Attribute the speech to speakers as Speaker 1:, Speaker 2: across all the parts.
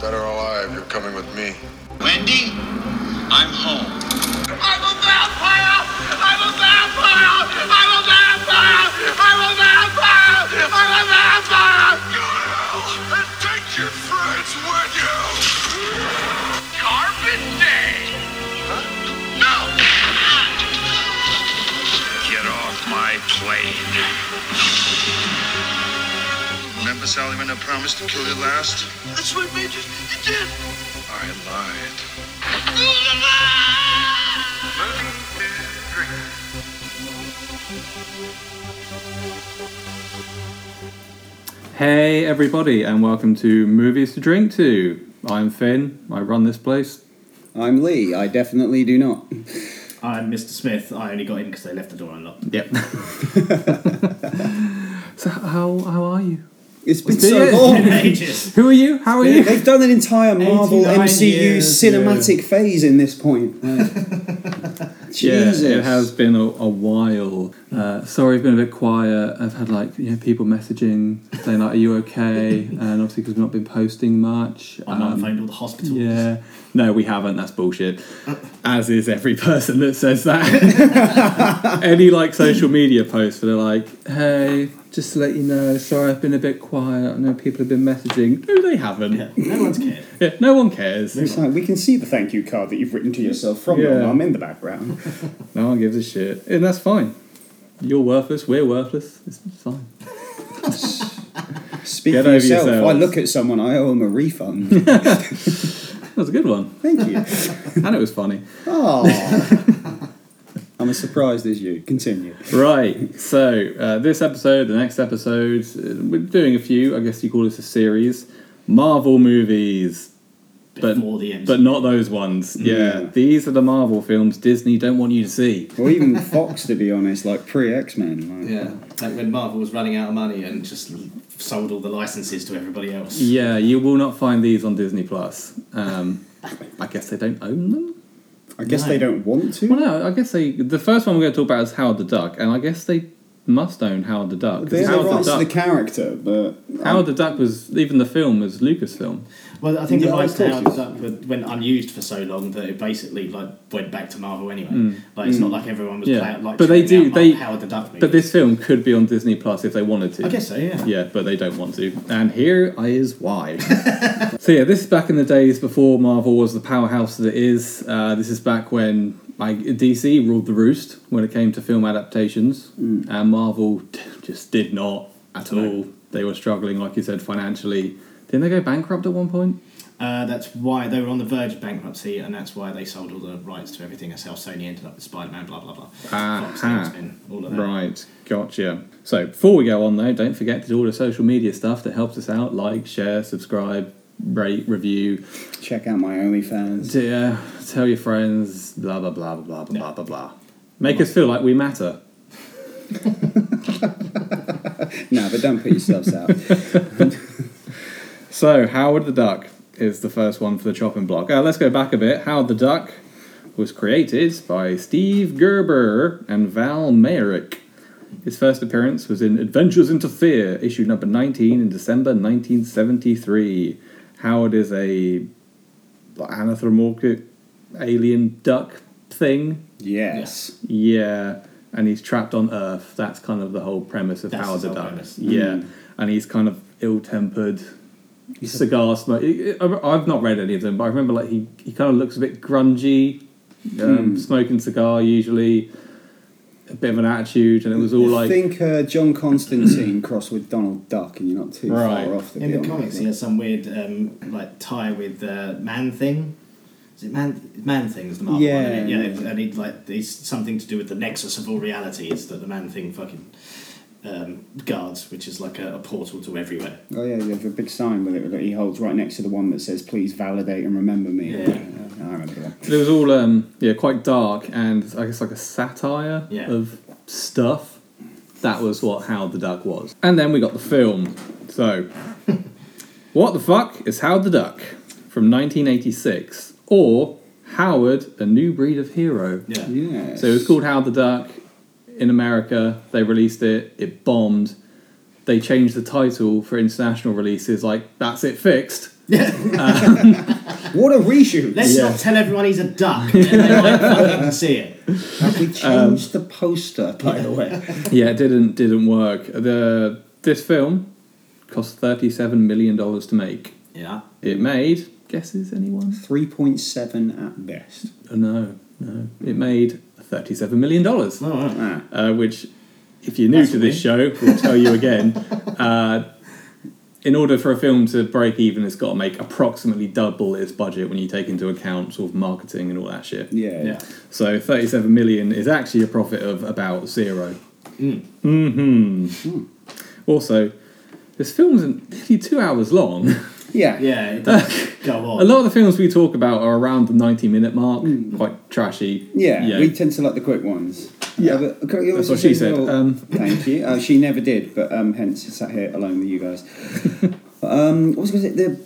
Speaker 1: Dead or alive, you're coming with me.
Speaker 2: Wendy, I'm home.
Speaker 3: I'm a vampire! I'm a vampire! I'm a vampire! I'm a vampire! I'm a vampire! Go to hell and take your friends with you! Carbon Day! No! Get off my plane. Remember, Sally, when I promised to kill you last? That's what made you, you did! I lied.
Speaker 4: Hey, everybody, and welcome to Movies to Drink To. I'm Finn, I run this place.
Speaker 5: I'm Lee. I definitely do not.
Speaker 6: I'm Mr. Smith. I only got in because they left the door unlocked.
Speaker 4: Yep. so, how, how are you?
Speaker 5: It's been
Speaker 4: It's been
Speaker 5: so
Speaker 4: years.
Speaker 5: long.
Speaker 6: Ages.
Speaker 4: Who are you? How are you?
Speaker 5: They've done an entire Marvel
Speaker 6: 89
Speaker 5: MCU
Speaker 6: years,
Speaker 5: cinematic phase in this point. Like, Jesus.
Speaker 4: Yeah, it has been a, a while. Uh, sorry, I've been a bit quiet. I've had like you know people messaging saying like, "Are you okay?" And obviously, because we've not been posting much.
Speaker 6: My
Speaker 4: um,
Speaker 6: mum phoned all the hospitals.
Speaker 4: Yeah. No, we haven't. That's bullshit. As is every person that says that. Any like social media posts where they're like, hey, just to let you know, sorry I've been a bit quiet. I know people have been messaging. No, they haven't.
Speaker 6: Yeah, No one's cared.
Speaker 4: Yeah, no one cares.
Speaker 5: It's like, we can see the thank you card that you've written to yourself from
Speaker 4: Yeah.
Speaker 5: your mum in the background.
Speaker 4: No one gives a shit. And that's fine. You're worthless. We're worthless. It's fine.
Speaker 5: Speak
Speaker 4: Get
Speaker 5: for
Speaker 4: over
Speaker 5: yourself.
Speaker 4: yourselves.
Speaker 5: I look at someone, I owe them a refund.
Speaker 4: That was a good one.
Speaker 5: thank you.
Speaker 4: and it was funny.
Speaker 5: Oh. I'm as surprised as you. Continue.
Speaker 4: Right. So uh, this episode, the next episode, uh, we're doing a few. I guess you call this a series. Marvel movies, but
Speaker 6: Before the Mm. MCU.
Speaker 4: but not those ones. Yeah, these are the Marvel films Disney don't want you to see.
Speaker 5: Or even Fox, to be honest, like pre X Men. Like,
Speaker 6: Yeah, like when Marvel was running out of money and just sold all the licenses to everybody else.
Speaker 4: Yeah, you will not find these on Disney Plus. Um, I guess they don't own them.
Speaker 5: I guess
Speaker 6: No.
Speaker 5: they don't want to.
Speaker 4: Well, no, I guess they. The first one we're going to talk about is Howard the Duck, and I guess they must own Howard the Duck. 'cause
Speaker 5: they have the
Speaker 4: Howard
Speaker 5: rights to
Speaker 4: Duck,
Speaker 5: the character, but
Speaker 4: Howard the Duck was even the film was Lucasfilm.
Speaker 6: Well, I think
Speaker 5: Yeah,
Speaker 6: the rights to
Speaker 5: of
Speaker 6: Howard
Speaker 5: course.
Speaker 6: Duck were- went unused for so long that it basically like went back to Marvel anyway. Like it's not like everyone was
Speaker 4: Mm. Yeah.
Speaker 6: play- like
Speaker 4: But they
Speaker 6: churning
Speaker 4: do-
Speaker 6: out
Speaker 4: they-
Speaker 6: Howard the Duck.
Speaker 4: But this film could be on Disney Plus if they wanted to.
Speaker 6: I guess so. Yeah.
Speaker 4: Yeah, but they don't want to. And here is why. so yeah, this is back in the days before Marvel was the powerhouse that it is. Uh, this is back when like DC ruled the roost when it came to film adaptations, and Marvel just did not at all. They were struggling, like you said, financially. Didn't they go bankrupt at one point?
Speaker 6: Uh, that's why they were on the verge of bankruptcy, and that's why they sold all the rights to everything. That's how Sony ended up with Spider-Man. Blah blah blah. Fox,
Speaker 4: Aha.
Speaker 6: X-Men, all of that.
Speaker 4: Ah, Right, gotcha. So before we go on though, don't forget to do all the social media stuff that helps us out: like, share, subscribe, rate, review.
Speaker 5: check out my OnlyFans.
Speaker 4: Yeah, uh, tell your friends, blah blah blah blah blah blah
Speaker 6: No.
Speaker 4: blah blah. Make us feel like we matter.
Speaker 5: No, but don't put yourselves out.
Speaker 4: So Howard the Duck is the first one for the chopping block. Uh, let's go back a bit. Howard the Duck was created by Steve Gerber and Val Merrick. His first appearance was in Adventures into Fear, issue number 19 in December 1973. Howard is a anthropomorphic alien duck thing
Speaker 5: Yes.
Speaker 4: Yeah, and he's trapped on Earth. That's kind of the whole premise of
Speaker 6: That's
Speaker 4: Howard
Speaker 6: his
Speaker 4: the
Speaker 6: whole
Speaker 4: Duck.
Speaker 6: premise.
Speaker 4: Yeah, and he's kind of ill-tempered, cigar smoke. I've not read any of them, but I remember like he he kind of looks a bit grungy, um, smoking cigar usually, a bit of an attitude, and it was all like
Speaker 5: think uh, John Constantine crossed with Donald Duck, and you're not too
Speaker 4: Right.
Speaker 5: far off. To
Speaker 6: In
Speaker 5: be
Speaker 6: the
Speaker 5: honest.
Speaker 6: comics, he has some weird um, like tie with uh, man thing. Is it man? Man thing is the Marvel
Speaker 5: Yeah.
Speaker 6: one. isn't it? yeah. And it, like it's something to do with the nexus of all reality. Is that the man thing fucking um, guards, which is like a, a portal to everywhere.
Speaker 5: Oh yeah, there's a big sign with it that he holds right next to the one that says "Please validate and remember me."
Speaker 6: Yeah.
Speaker 5: Uh, I remember that.
Speaker 4: it was all um yeah quite dark and I guess like a satire
Speaker 6: Yeah.
Speaker 4: of stuff. That was what Howard the Duck was, and then we got the film. So, what the fuck is Howard the Duck from 1986 or Howard, a new breed of hero?
Speaker 6: Yeah.
Speaker 5: Yeah.
Speaker 4: So it was called Howard the Duck in America. They released it. It bombed. they changed the title for international releases, like that's it fixed.
Speaker 5: What a reshoot!
Speaker 6: Let's
Speaker 4: Yeah.
Speaker 6: not tell everyone he's a duck. and then they won't fucking see it.
Speaker 5: Have we changed the poster, by the way?
Speaker 4: Um, Yeah, it didn't didn't work. The this film cost thirty seven million dollars to make.
Speaker 6: Yeah.
Speaker 4: It made guesses anyone?
Speaker 5: 3.7 at best.
Speaker 4: Uh, No, no. It made thirty-seven million dollars,
Speaker 6: Oh, right.
Speaker 5: Ah.
Speaker 4: uh, which, if you're new
Speaker 6: That's
Speaker 4: to this show, we'll tell you again. Uh, in order for a film to break even, it's got to make approximately double its budget when you take into account sort of marketing and all that shit.
Speaker 5: Yeah.
Speaker 6: Yeah.
Speaker 4: So thirty-seven million is actually a profit of about zero. Hmm. Also, this film's nearly two hours long.
Speaker 5: Yeah.
Speaker 6: Yeah, it does go
Speaker 4: A
Speaker 6: on.
Speaker 4: lot of the films we talk about are around the 90 minute mark, quite trashy.
Speaker 5: Yeah, we tend to like the quick ones.
Speaker 4: Yeah.
Speaker 5: Uh, but can I
Speaker 4: That's
Speaker 5: also
Speaker 4: what she
Speaker 5: say
Speaker 4: said.
Speaker 5: as well-
Speaker 4: Um.
Speaker 5: Thank you. Uh, she never did, but um, hence sat here alone with you guys. um, what was I going to say? The,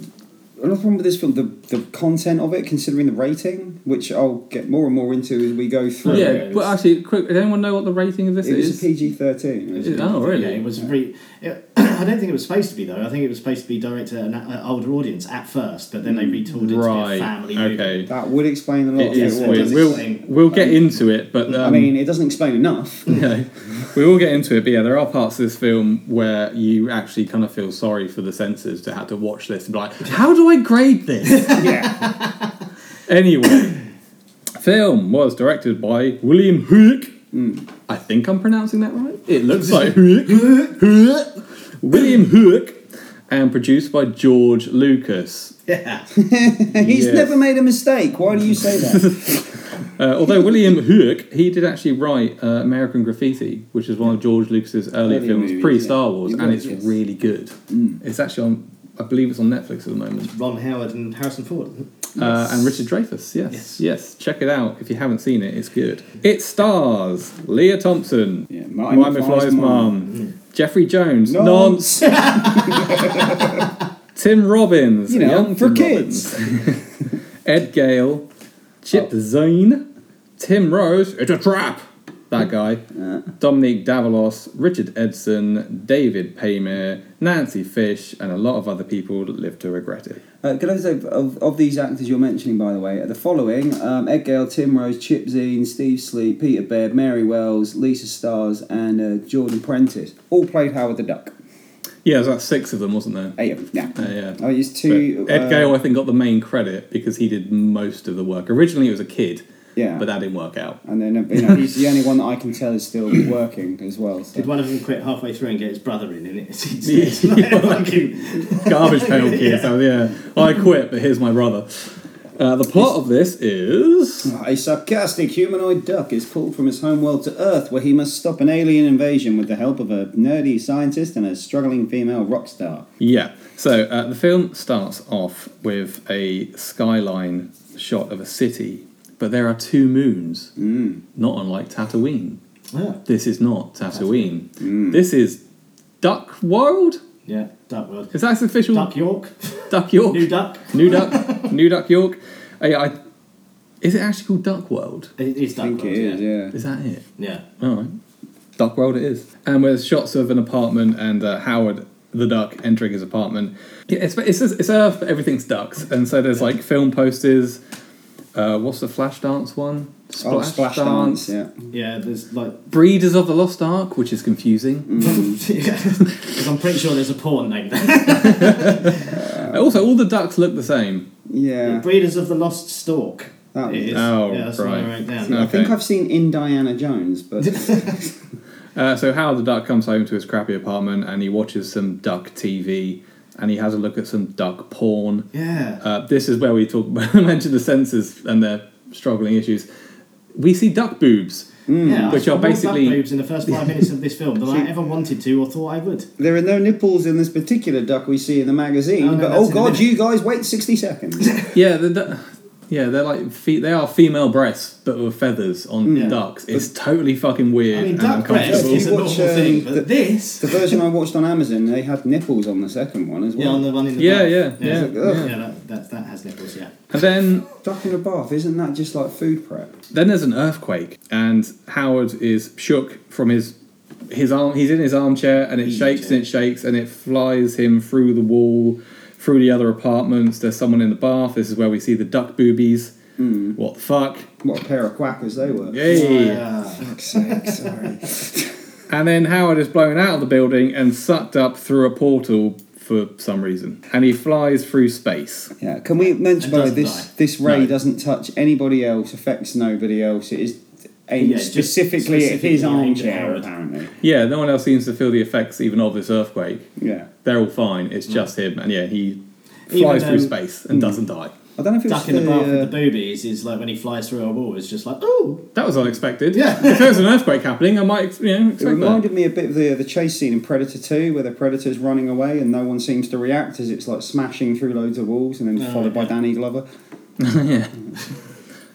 Speaker 5: another problem with this film, the, the content of it, considering the rating, which I'll get more and more into as we go through.
Speaker 4: yeah,
Speaker 5: it.
Speaker 4: but actually, quick, does anyone know what the rating of this
Speaker 5: It was
Speaker 4: is?
Speaker 5: a PG 13.
Speaker 4: Is- oh, really?
Speaker 6: Yeah, it was re- it, I don't think it was supposed to be though. I think it was supposed to be directed at an uh, older audience at first, but then they retooled it to be a
Speaker 4: Mm, right.
Speaker 6: family movie.
Speaker 4: okay.
Speaker 5: That would explain a lot.
Speaker 4: It
Speaker 5: of
Speaker 4: is
Speaker 5: it.
Speaker 4: weird.
Speaker 6: does
Speaker 4: We'll,
Speaker 6: explain-
Speaker 4: we'll get into it, but. Um,
Speaker 5: I mean, it doesn't explain enough.
Speaker 4: okay. we will get into it, but yeah, there are parts of this film where you actually kind of feel sorry for the censors to have to watch this and be like, how do I grade this?
Speaker 5: yeah.
Speaker 4: anyway, film was directed by William Hook. I think I'm pronouncing that right. Hmm. It looks like Hook. Hook. William Hook, and produced by George Lucas.
Speaker 6: Yeah.
Speaker 5: He's
Speaker 4: Yes.
Speaker 5: never made a mistake. Why do you say that?
Speaker 4: Uh, although William Hook, he did actually write uh, American Graffiti, which is one of George Lucas's early
Speaker 5: Early
Speaker 4: films,
Speaker 5: movies,
Speaker 4: pre
Speaker 5: yeah.
Speaker 4: Star Wars,
Speaker 5: It
Speaker 4: and
Speaker 5: was,
Speaker 4: it's
Speaker 5: yes. Mm.
Speaker 4: really good. It's actually on, I believe it's on Netflix at the moment.
Speaker 6: Ron Howard and Harrison Ford. isn't it?
Speaker 4: Uh, and Richard Dreyfuss, yes, yes,
Speaker 6: Yes.
Speaker 4: Check it out if you haven't seen it. It's good. It stars Leah Thompson,
Speaker 5: Yeah, Marty
Speaker 4: Martin
Speaker 5: McFly's
Speaker 4: McFly's
Speaker 5: mum.
Speaker 4: mum, Jeffrey Jones,
Speaker 5: Nonce.
Speaker 4: nonce, Tim Robbins,
Speaker 5: You know,
Speaker 4: young
Speaker 5: for
Speaker 4: Tim
Speaker 5: kids.
Speaker 4: Robbins, Ed Gale, Chip
Speaker 5: Oh.
Speaker 4: Zane, Tim Rose. It's a trap. That guy, Dominique Davalos, Richard Edson, David Paymer, Nancy Fish, and a lot of other people that live to regret it.
Speaker 5: Uh, could I say, of, of these actors you're mentioning, by the way, the following um, Ed Gale, Tim Rose, Chip Zine, Steve Sleep, Peter Baird, Mary Wells, Lisa Stars, and uh, Jordan Prentice all played Howard the Duck.
Speaker 4: Yeah, there's like six of them, wasn't there?
Speaker 5: Eight of them. Yeah.
Speaker 4: Uh, yeah.
Speaker 5: I used Oh, two.
Speaker 4: But Ed
Speaker 5: uh,
Speaker 4: Gale, I think, got the main credit because he did most of the work. Originally, it was a kid,
Speaker 5: Yeah.
Speaker 4: but that didn't work out.
Speaker 5: And then uh, you know, he's the only one that I can tell is still working as well. So.
Speaker 6: Did one of them quit halfway through and get his brother in in it? It's- it's like- like you-
Speaker 4: Garbage pail kids. yeah. yeah, I quit, but here's my brother. Uh, the plot of this is
Speaker 5: A sarcastic humanoid duck is pulled from his homeworld to Earth, where he must stop an alien invasion with the help of a nerdy scientist and a struggling female rock star.
Speaker 4: yeah. So uh, the film starts off with a skyline shot of a city, but there are two moons, not unlike Tatooine.
Speaker 6: Yeah.
Speaker 4: This is not Tatooine. This is Duck World.
Speaker 6: Yeah, Duck World.
Speaker 4: Is that its official
Speaker 6: Duck York.
Speaker 4: Duck York?
Speaker 6: New Duck.
Speaker 4: New Duck, New Duck York. Uh, yeah, I, is it actually called Duck World?
Speaker 6: It is
Speaker 5: I
Speaker 6: Duck
Speaker 5: think
Speaker 6: World.
Speaker 5: it is,
Speaker 6: Oh, yeah.
Speaker 5: yeah.
Speaker 4: Is that it?
Speaker 6: Yeah.
Speaker 4: All right, Duck World it is. And with shots of an apartment and uh, Howard the Duck entering his apartment. Yeah, it's it's it's Earth, but everything's ducks, and so there's like film posters. Uh, what's the Flash Dance one?
Speaker 5: Oh, splash dance, yeah.
Speaker 6: Yeah, there's like.
Speaker 4: Breeders of the Lost Ark, which is
Speaker 5: Mm.
Speaker 4: confusing.
Speaker 6: Because I'm pretty sure there's a porn named that.
Speaker 4: Uh, Also, all the ducks look the same.
Speaker 5: Yeah.
Speaker 6: Breeders of the Lost Stork.
Speaker 5: That
Speaker 6: it
Speaker 5: was-
Speaker 6: is.
Speaker 4: Oh,
Speaker 6: yeah, that's what I
Speaker 4: right.
Speaker 6: wrote down.
Speaker 4: No.
Speaker 5: I think
Speaker 4: Okay.
Speaker 5: I've seen in Diana Jones, but
Speaker 4: Uh, so Howard the Duck comes home to his crappy apartment and he watches some duck TV and he has a look at some duck porn.
Speaker 6: Yeah.
Speaker 4: Uh, this is where we talk mention the censors and their struggling issues. We see duck boobs.
Speaker 6: yeah,
Speaker 4: which
Speaker 6: I
Speaker 4: are
Speaker 6: saw more
Speaker 4: basically-
Speaker 6: duck boobs in the first five minutes of this film than I ever wanted to or thought I would.
Speaker 5: there are no nipples in this particular duck we see in the magazine.
Speaker 6: Oh, no,
Speaker 5: but
Speaker 6: that's
Speaker 5: oh
Speaker 6: in
Speaker 5: god,
Speaker 6: the-
Speaker 5: you guys wait sixty seconds.
Speaker 4: Yeah, the du- yeah, they're like fe- they are female breasts but with feathers on
Speaker 6: Yeah.
Speaker 4: ducks. It's totally fucking weird
Speaker 6: Mm. I mean,
Speaker 4: and
Speaker 6: duck breast
Speaker 4: uncomfortable.
Speaker 6: is a
Speaker 5: Watch,
Speaker 6: normal
Speaker 5: um,
Speaker 6: thing, but
Speaker 5: the-
Speaker 6: this.
Speaker 5: the version I watched on Amazon, they had nipples on the second one as
Speaker 6: yeah,
Speaker 5: well.
Speaker 6: on the one in the
Speaker 4: Yeah,
Speaker 6: bath.
Speaker 4: yeah, yeah,
Speaker 6: it's like,
Speaker 5: yeah.
Speaker 6: yeah. that, that, that has nipples, yeah.
Speaker 4: And then
Speaker 5: Duck in a bath, isn't that just like food prep?
Speaker 4: then there's an earthquake and Howard is shook from his his arm he's in his armchair and it
Speaker 6: Huge,
Speaker 4: shakes
Speaker 6: yeah.
Speaker 4: and it shakes and it flies him through the wall, through the other apartments. There's someone in the bath. This is where we see the duck boobies. What the fuck?
Speaker 5: What a pair of quackers they were.
Speaker 4: Yay!
Speaker 6: Mm. Oh, Yeah.
Speaker 5: Fuck's sake, sorry.
Speaker 4: And then Howard is blown out of the building and sucked up through a portal for some reason. And he flies through space.
Speaker 5: yeah, can we mention
Speaker 6: And
Speaker 5: by the way,
Speaker 6: doesn't
Speaker 5: this
Speaker 6: die.
Speaker 5: this ray
Speaker 4: No.
Speaker 5: doesn't touch anybody else, affects nobody else. It is aimed
Speaker 6: Yeah, just
Speaker 5: specifically at
Speaker 6: specifically
Speaker 5: his
Speaker 6: aimed at
Speaker 5: armchair,
Speaker 6: Howard.
Speaker 5: apparently.
Speaker 4: Yeah, no one else seems to feel the effects even of this earthquake.
Speaker 5: Yeah.
Speaker 4: They're all fine. It's just him. And yeah, he
Speaker 6: Even,
Speaker 4: flies through
Speaker 6: um,
Speaker 4: space and doesn't die.
Speaker 5: I don't know if it was
Speaker 6: Duck in the bath
Speaker 5: uh,
Speaker 6: with the boobies is like when he flies through a wall, it's just like, oh,
Speaker 4: That was unexpected.
Speaker 6: Yeah.
Speaker 4: if there was an earthquake happening, I might you know,
Speaker 5: It
Speaker 4: expect that.
Speaker 5: reminded me a bit of the the chase scene in Predator Two, where the predator's running away and no one seems to react as it's like smashing through loads of walls and then
Speaker 6: Oh,
Speaker 5: followed by
Speaker 6: yeah.
Speaker 5: Danny Glover.
Speaker 4: yeah.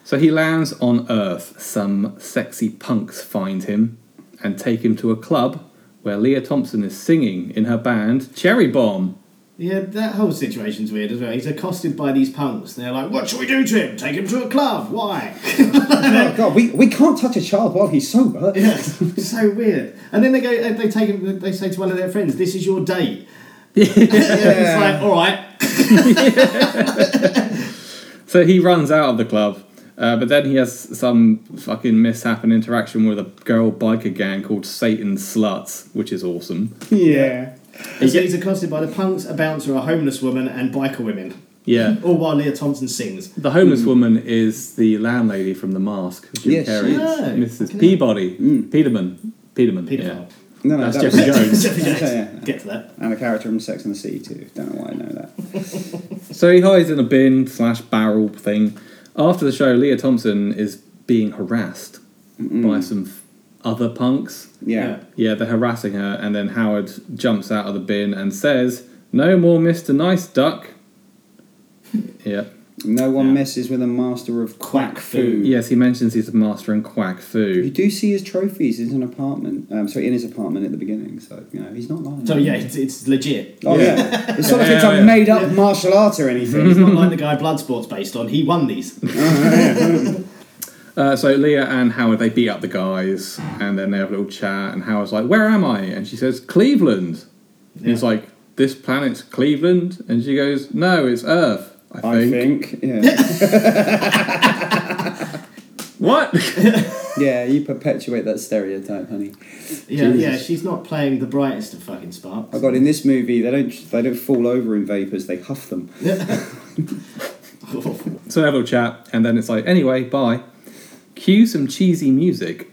Speaker 4: So he lands on Earth. Some sexy punks find him and take him to a club where Leah Thompson is singing in her band Cherry Bomb.
Speaker 6: yeah, that whole situation's weird as well. He's accosted by these punks, and they're like, what should we do to him? Take him to a club? Why?
Speaker 5: oh God, we, we can't touch a child while he's sober.
Speaker 6: yes, so weird. And then they go, and they take him, they say to one of their friends, this is your date. it's like, all right.
Speaker 4: So he runs out of the club, uh, but then he has some fucking mishap and interaction with a girl biker gang called Satan Sluts, which is awesome.
Speaker 5: Yeah.
Speaker 6: And so he's accosted by the punks, a bouncer, a homeless woman, and biker women.
Speaker 4: Yeah.
Speaker 6: All while Leah Thompson sings.
Speaker 4: The homeless woman is the landlady from The Mask, Jim
Speaker 5: Yes, she
Speaker 4: Carrey.
Speaker 6: is.
Speaker 4: Mrs. Peabody. Peterman. Peterman.
Speaker 6: Pedophile.
Speaker 4: Yeah.
Speaker 5: No, no,
Speaker 4: That's
Speaker 5: that was-
Speaker 4: Jeffrey Jones.
Speaker 6: Jeffrey Jones.
Speaker 5: Yeah, yeah.
Speaker 6: Get to that.
Speaker 5: And a character from Sex and the City too. Don't know why I know that.
Speaker 4: So he hides in a bin slash barrel thing. After the show, Leah Thompson is being harassed by some f- other punks.
Speaker 5: Yeah.
Speaker 4: Yeah, they're harassing her, and then Howard jumps out of the bin and says, No more Mr. Nice Duck. yeah.
Speaker 5: No one
Speaker 6: Yeah.
Speaker 5: messes with a master of quack,
Speaker 6: Quack
Speaker 5: food.
Speaker 6: food.
Speaker 4: Yes, he mentions he's a master in quack
Speaker 5: You
Speaker 4: foo.
Speaker 5: do see his trophies in an apartment. Um, sorry, in his apartment at the beginning. So you know he's not lying.
Speaker 6: So yeah, it's, it's legit.
Speaker 5: Oh yeah. It's not like it's
Speaker 4: Yeah,
Speaker 5: a
Speaker 4: yeah.
Speaker 5: made up martial art or anything.
Speaker 6: It's not like the guy Bloodsport's based on. He won these.
Speaker 4: Uh, so Leah and Howard, they beat up the guys, and then they have a little chat, and Howard's like, Where am I? And she says, Cleveland. And he's
Speaker 6: Yeah.
Speaker 4: like, This planet's Cleveland? And she goes, No, it's Earth, I think.
Speaker 5: I think. Yeah.
Speaker 4: What?
Speaker 5: yeah, you perpetuate that stereotype, honey.
Speaker 6: Yeah, yeah. She's not playing the brightest of fucking sparks.
Speaker 5: Oh god! In this movie, they don't they don't fall over in vapors; they huff them.
Speaker 6: Awful.
Speaker 4: so they have a little chat, and then it's like, Anyway, bye. Cue some cheesy music.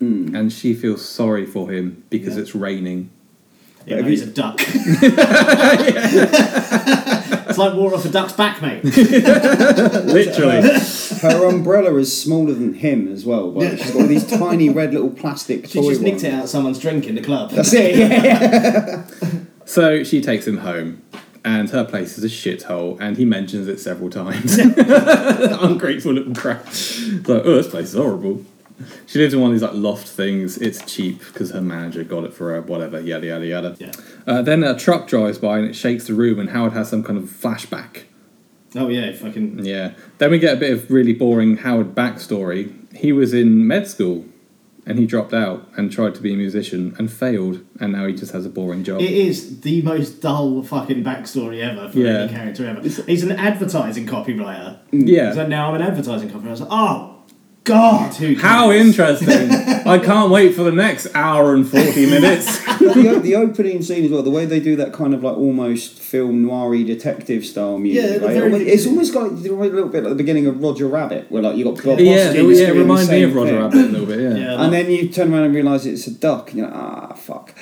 Speaker 4: And she feels sorry for him because
Speaker 6: Yeah.
Speaker 4: it's raining.
Speaker 6: Yeah,
Speaker 5: Have
Speaker 6: no,
Speaker 5: you-
Speaker 6: he's a duck. it's like water off a duck's back, mate.
Speaker 4: Literally.
Speaker 5: Her umbrella is smaller than him as well. But she's got all these tiny red little plastic
Speaker 6: She
Speaker 5: toy
Speaker 6: just nicked
Speaker 5: ones.
Speaker 6: it out of someone's drink in the club.
Speaker 5: That's it. Yeah.
Speaker 4: So she takes him home, and her place is a shithole, and he mentions it several times. Ungrateful little crap. So, oh, this place is horrible. She lives in one of these like loft things. It's cheap because her manager got it for her. Whatever, yada yada yada.
Speaker 6: Yeah.
Speaker 4: Uh, then a truck drives by and it shakes the room, and Howard has some kind of flashback.
Speaker 6: Oh yeah, fucking.
Speaker 4: Yeah. Then we get a bit of really boring Howard backstory. He was in med school, and he dropped out and tried to be a musician and failed, and now he just has a boring job.
Speaker 6: It is the most dull fucking backstory ever for
Speaker 4: Yeah.
Speaker 6: any character ever. He's an advertising copywriter.
Speaker 4: yeah.
Speaker 6: So now I'm an advertising copywriter. I was like, oh, God, who
Speaker 4: How
Speaker 6: cares?
Speaker 4: interesting! I can't wait for the next hour and 40 minutes.
Speaker 5: the, o- the opening scene as well, the way they do that kind of like almost film noiry detective style music.
Speaker 6: Yeah, the
Speaker 5: like,
Speaker 6: very-
Speaker 5: almost- it's almost got like, a little bit like the beginning of Roger Rabbit, where like you got Bob
Speaker 4: yeah,
Speaker 5: Hoskins
Speaker 4: yeah, it
Speaker 5: doing the
Speaker 4: reminds me
Speaker 5: same
Speaker 4: of Roger
Speaker 5: thing.
Speaker 4: Rabbit a little bit, yeah.
Speaker 6: Yeah,
Speaker 5: And then you turn around and realise it's a duck, and you're like, ah, fuck.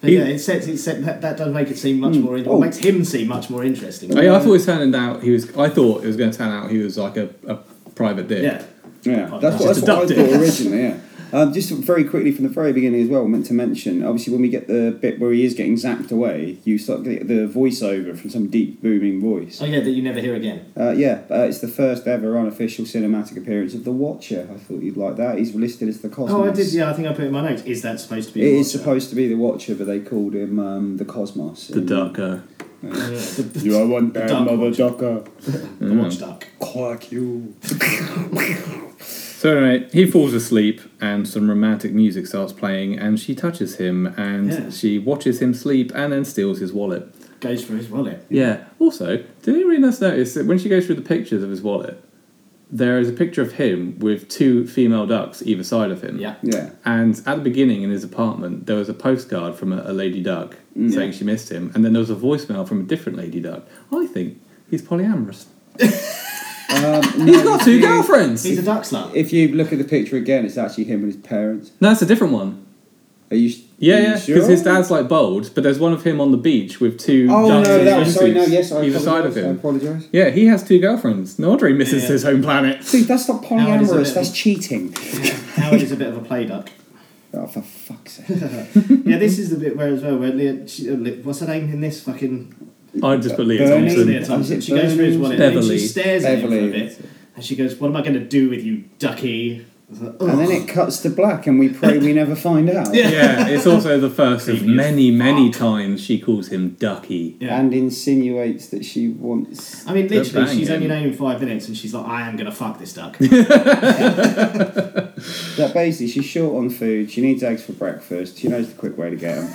Speaker 6: But yeah, it sets, it set, that, that does make it seem much more. In,
Speaker 5: Oh.
Speaker 6: makes him seem much more interesting.
Speaker 4: Oh, yeah, I thought it was turning out he was. I thought it was going to turn out he was like a, a private dick.
Speaker 6: yeah.
Speaker 5: Yeah,
Speaker 6: Oh,
Speaker 5: that's what,
Speaker 6: just
Speaker 5: that's what I
Speaker 6: a duck
Speaker 5: thought
Speaker 6: dick.
Speaker 5: originally. Yeah. Um, just very quickly from the very beginning as well, meant to mention. Obviously, when we get the bit where he is getting zapped away, you start get the voiceover from some deep booming voice.
Speaker 6: Oh yeah, that you never hear again.
Speaker 5: Uh, yeah, uh, it's the first ever unofficial cinematic appearance of the Watcher. I thought you'd like that. He's listed as the Cosmos.
Speaker 6: Oh, I did. Yeah, I think I put it in my notes. Is that supposed to be?
Speaker 5: It
Speaker 6: a
Speaker 5: is
Speaker 6: monster?
Speaker 5: supposed to be the Watcher, but they called him um, the Cosmos.
Speaker 4: The darker.
Speaker 6: Yeah, the,
Speaker 5: You are one bad
Speaker 6: Duck
Speaker 5: mother
Speaker 6: Watcher.
Speaker 5: ducker.
Speaker 6: the watch duck.
Speaker 5: Quack you.
Speaker 4: So anyway, he falls asleep, and some romantic music starts playing, and she touches him, and
Speaker 6: Yeah.
Speaker 4: she watches him sleep, and then steals his wallet.
Speaker 6: Goes for his wallet.
Speaker 4: Yeah. Also, did anybody else notice that when she goes through the pictures of his wallet, there is a picture of him with two female ducks either side of him.
Speaker 5: Mm.
Speaker 6: Yeah.
Speaker 5: Yeah.
Speaker 4: And at the beginning in his apartment, there was a postcard from a, a lady duck saying she missed him, and then there was a voicemail from a different lady duck. I think he's polyamorous. Um, he's got two girlfriends.
Speaker 6: He's a duck slut.
Speaker 5: If you look at the picture again, it's actually him and his parents.
Speaker 4: No, it's a different one.
Speaker 5: Are you? s-
Speaker 4: Yeah,
Speaker 5: are you
Speaker 4: yeah, because
Speaker 5: sure?
Speaker 4: his dad's like bold, but there's one of him on the beach with two
Speaker 5: Oh
Speaker 4: ducks
Speaker 5: no,
Speaker 4: in
Speaker 5: that was, sorry, no,
Speaker 4: swimsuits
Speaker 5: yes, I
Speaker 4: either side of
Speaker 5: apologise. I
Speaker 4: him.
Speaker 5: apologise.
Speaker 4: Yeah, he has two girlfriends. No wonder he misses
Speaker 6: Yeah.
Speaker 4: his home planet.
Speaker 5: Dude, that's not
Speaker 6: Howard is a
Speaker 5: polyamorous.
Speaker 6: bit-
Speaker 5: That's cheating.
Speaker 6: Howard is a bit of a play duck.
Speaker 5: Oh, for fuck's sake!
Speaker 6: Yeah, this is the bit where as well where Leah, she, uh, Le- what's her name in this fucking
Speaker 4: I just put Leah
Speaker 5: Bernie?
Speaker 6: Leah
Speaker 4: Thompson.
Speaker 6: Thompson?
Speaker 5: Is it
Speaker 6: She goes through his
Speaker 5: Bernie?
Speaker 6: wallet and then
Speaker 4: Beverly.
Speaker 6: she stares at him for a
Speaker 5: Beverly.
Speaker 6: bit, and she goes, "What am I going to do with you, ducky?" I was like, "Ugh."
Speaker 5: and then it cuts to black, and we pray we never find out.
Speaker 4: Yeah, it's also the first of
Speaker 6: Creepy as
Speaker 4: many, many times she calls him Ducky.
Speaker 6: Yeah.
Speaker 5: And insinuates that she wants.
Speaker 6: I mean,
Speaker 4: They're
Speaker 6: literally, she's
Speaker 4: banging.
Speaker 6: only known him five minutes, and she's like, "I am gonna fuck this duck."
Speaker 5: That basically, she's short on food. She needs eggs for breakfast. She knows the quick way to get them.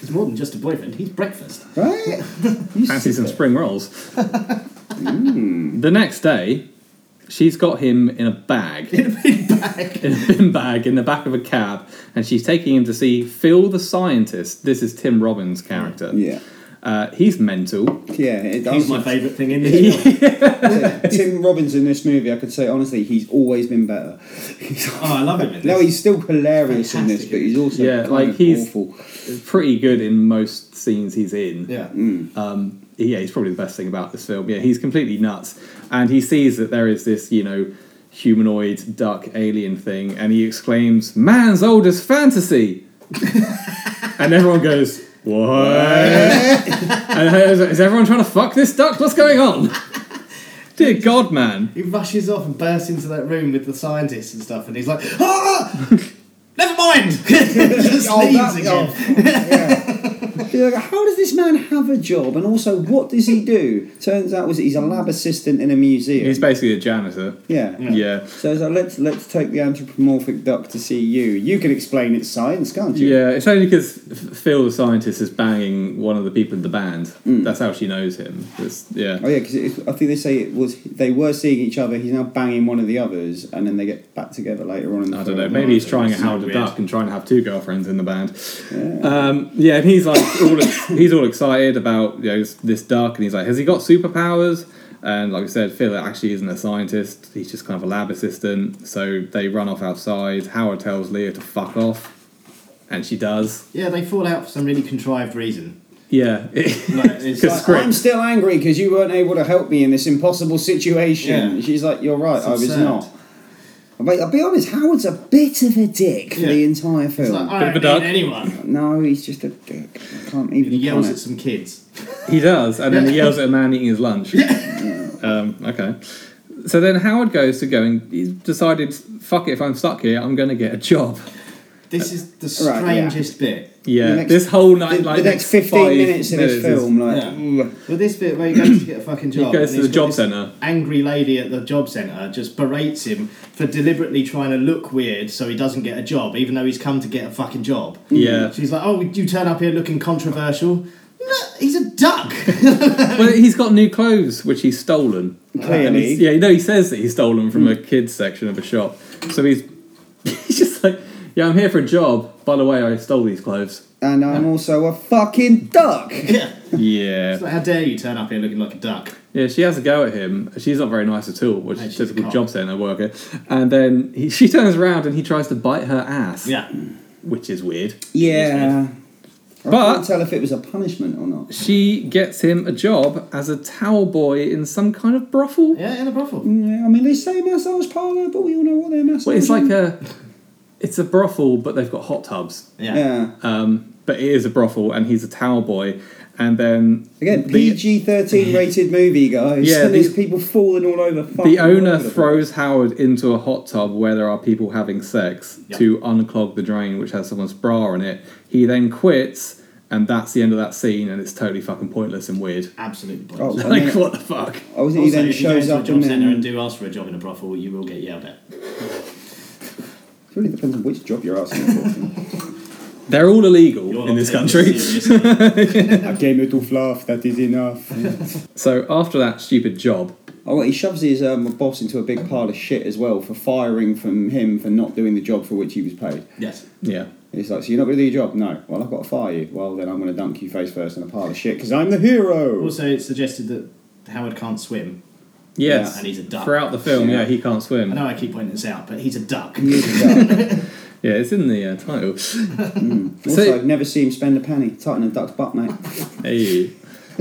Speaker 6: He's more than just a boyfriend; he's breakfast.
Speaker 5: Right? You
Speaker 4: Fancy
Speaker 5: said
Speaker 4: some
Speaker 5: it.
Speaker 4: spring rolls. The next day, she's got him in a bag. In a bin bag. in a bin bag in the back of a cab, and she's taking him to see Phil the scientist. This is Tim Robbins' character.
Speaker 5: Yeah.
Speaker 4: Uh, he's mental.
Speaker 5: Yeah, it
Speaker 6: He's
Speaker 5: does.
Speaker 6: my favourite thing in this. film.
Speaker 5: Tim Robbins in this movie, I could say honestly, he's always been better. He's-
Speaker 6: Oh, I love him in this.
Speaker 5: no, he's still hilarious in this,
Speaker 6: Fantastic.
Speaker 5: but he's also
Speaker 4: Yeah,
Speaker 5: kind
Speaker 4: like,
Speaker 5: of
Speaker 4: he's-
Speaker 5: awful.
Speaker 4: Pretty good in most scenes he's in.
Speaker 6: yeah.
Speaker 5: Mm.
Speaker 4: um, yeah, he's probably the best thing about this film. Yeah, he's completely nuts, and he sees that there is this, you know, humanoid duck alien thing, and he exclaims, "Man's oldest fantasy," and everyone goes, "What?" and is everyone trying to fuck this duck? What's going on? Dear God, man!
Speaker 6: He rushes off and bursts into that room with the scientists and stuff, and he's like, "Ah, never mind." Just
Speaker 5: Oh,
Speaker 6: leaves
Speaker 5: that-
Speaker 6: again.
Speaker 5: oh, yeah. Like, How does this man have a job? And also, what does he do? Turns out, was it- he's a lab assistant in a museum.
Speaker 4: He's basically a janitor.
Speaker 5: yeah.
Speaker 4: Yeah.
Speaker 5: So it's like, let's let's take the anthropomorphic duck to see you. You can explain its science, can't you?
Speaker 4: Yeah, it's only because Phil the scientist is banging one of the people in the band. That's how she knows him. It's- yeah.
Speaker 5: Oh yeah, because I think they say it was they were seeing each other. He's now banging one of the others, and then they get back together later on. In the
Speaker 4: I don't know.
Speaker 5: film.
Speaker 4: Maybe he's trying a Howard the
Speaker 6: Weird.
Speaker 4: Duck and trying to have two girlfriends in the band. Um, yeah, and he's like, all he's all excited about you know this- this duck, and he's like, has he got superpowers? And like I said, Phil actually isn't a scientist. He's just kind of a lab assistant. So they run off outside. Howard tells Leah to fuck off, and she does.
Speaker 6: Yeah, they fall out for some really contrived reason.
Speaker 4: Yeah,
Speaker 6: Like, it's
Speaker 4: Because
Speaker 6: like-
Speaker 4: script.
Speaker 5: I'm still angry because you weren't able to help me in this impossible situation.
Speaker 6: Yeah.
Speaker 5: She's like, "You're right,
Speaker 6: It's
Speaker 5: I was
Speaker 6: absurd.
Speaker 5: not." But I'll be honest, Howard's a bit of a dick for
Speaker 6: Yeah.
Speaker 5: the entire
Speaker 6: it's
Speaker 5: film.
Speaker 6: like, I
Speaker 4: Bit of a
Speaker 6: don't
Speaker 4: duck.
Speaker 6: need anyone.
Speaker 5: no, he's just a dick. I can't even.
Speaker 6: He yells
Speaker 5: comment.
Speaker 6: at some kids.
Speaker 4: he does, and then he yells at a man eating his lunch. Um, okay. So then Howard goes to go and he's decided, fuck it, if I'm stuck here, I'm going to get a job.
Speaker 6: This is the
Speaker 5: Right, yeah.
Speaker 6: strangest bit.
Speaker 4: Yeah,
Speaker 5: The next-
Speaker 4: this whole night,
Speaker 5: the,
Speaker 4: like
Speaker 5: the next
Speaker 4: five
Speaker 5: 15 minutes of this
Speaker 4: is-
Speaker 5: film, like,
Speaker 6: Yeah.
Speaker 5: ugh.
Speaker 6: Well, this bit where he goes to get a fucking job.
Speaker 4: goes
Speaker 6: and
Speaker 4: to
Speaker 6: he's
Speaker 4: the
Speaker 6: got
Speaker 4: job
Speaker 6: this
Speaker 4: centre.
Speaker 6: Angry lady at the job centre just berates him for deliberately trying to look weird so he doesn't get a job, even though he's come to get a fucking job.
Speaker 4: Yeah.
Speaker 6: She's like, "Oh, you turn up here looking controversial." No, he's a duck.
Speaker 4: Well, he's got new clothes which he's stolen. And
Speaker 5: clearly.
Speaker 4: he's- yeah, no, he says that he's stolen from
Speaker 5: Mm.
Speaker 4: a kids section of a shop. So he's he's just like, yeah, I'm here for a job. By the way, I stole these clothes.
Speaker 5: And I'm also a fucking duck.
Speaker 6: yeah.
Speaker 4: Yeah,
Speaker 6: It's like, how dare you turn up here looking like a duck?
Speaker 4: yeah. She has a go at him. She's not very nice at all, which
Speaker 6: No,
Speaker 4: is
Speaker 6: she's a
Speaker 4: typical
Speaker 6: cop.
Speaker 4: job centre worker. And then he, she turns around and he tries to bite her ass.
Speaker 6: Yeah.
Speaker 4: which is weird.
Speaker 5: Yeah. I
Speaker 4: But
Speaker 5: can't tell if it was a punishment or not.
Speaker 4: she gets him a job as a towel boy in some kind of brothel.
Speaker 6: Yeah, in a brothel.
Speaker 5: Yeah, I mean, they say massage parlour, but we all know what they're massage.
Speaker 4: Well, it's like a, it's a brothel, but they've got hot tubs.
Speaker 6: Yeah.
Speaker 5: Yeah.
Speaker 4: Um, but it is a brothel, and he's a towel boy. And then
Speaker 5: Again,
Speaker 4: the,
Speaker 5: PG 13 rated movie, guys.
Speaker 4: Yeah,
Speaker 5: Yeah. And
Speaker 4: the-
Speaker 5: there's people falling all over. fucking
Speaker 4: the
Speaker 5: all
Speaker 4: owner
Speaker 5: over the
Speaker 4: throws Howard into a hot tub where there are people having sex
Speaker 6: Yeah.
Speaker 4: to unclog the drain, which has someone's bra on it. He then quits. and that's the end of that scene, and it's totally fucking pointless and weird.
Speaker 6: Absolutely
Speaker 5: Oh,
Speaker 6: pointless.
Speaker 5: I
Speaker 4: Like
Speaker 5: mean-
Speaker 4: what the fuck?
Speaker 5: Oh, is it
Speaker 6: Also,
Speaker 5: he then
Speaker 6: if you go
Speaker 5: shows
Speaker 6: into a
Speaker 5: up
Speaker 6: job
Speaker 5: and then.
Speaker 6: centre and do ask for a job in a brothel, you will get yelled at.
Speaker 5: It really depends on which job you're asking for.
Speaker 4: They're all illegal in
Speaker 6: You're not
Speaker 4: this
Speaker 6: taking
Speaker 4: country.
Speaker 6: this seriously.
Speaker 5: okay, little fluff, that is enough.
Speaker 4: so after that stupid job,
Speaker 5: Oh, well, he shoves his um, boss into a big pile of shit as well for firing from him for not doing the job for which he was paid.
Speaker 6: yes.
Speaker 4: yeah,
Speaker 5: And he's like, so you're not going to do your job? No. Well, I've got to fire you. Well, then I'm going to dunk you face first in a pile of shit because I'm the hero.
Speaker 6: Also, it's suggested that Howard can't swim.
Speaker 4: yes,
Speaker 6: And he's a duck.
Speaker 4: throughout the film. Yeah,
Speaker 5: Yeah.
Speaker 4: he can't
Speaker 6: I
Speaker 4: swim.
Speaker 6: know I keep pointing this out, but he's a duck.
Speaker 5: He is a duck.
Speaker 4: Yeah, it's in the uh, title.
Speaker 5: also,
Speaker 4: So-
Speaker 5: I've never seen him spend a penny. Tighten a duck's butt, mate.
Speaker 4: Hey.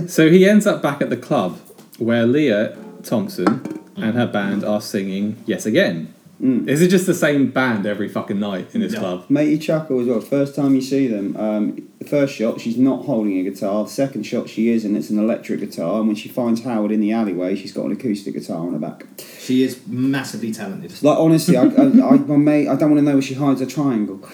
Speaker 4: so he ends up back at the club where Leah Thompson and her band are singing yet again. Is it just the same band every fucking night in this
Speaker 6: No.
Speaker 4: club?
Speaker 5: Matey chuckle as well. First time you see them, um, the first shot she's not holding a guitar. The second shot she is, and it's an electric guitar. And when she finds Howard in the alleyway, she's got an acoustic guitar on her back.
Speaker 6: She is massively talented.
Speaker 5: Like honestly, I, I, I, my mate, I don't want to know where she hides her triangle.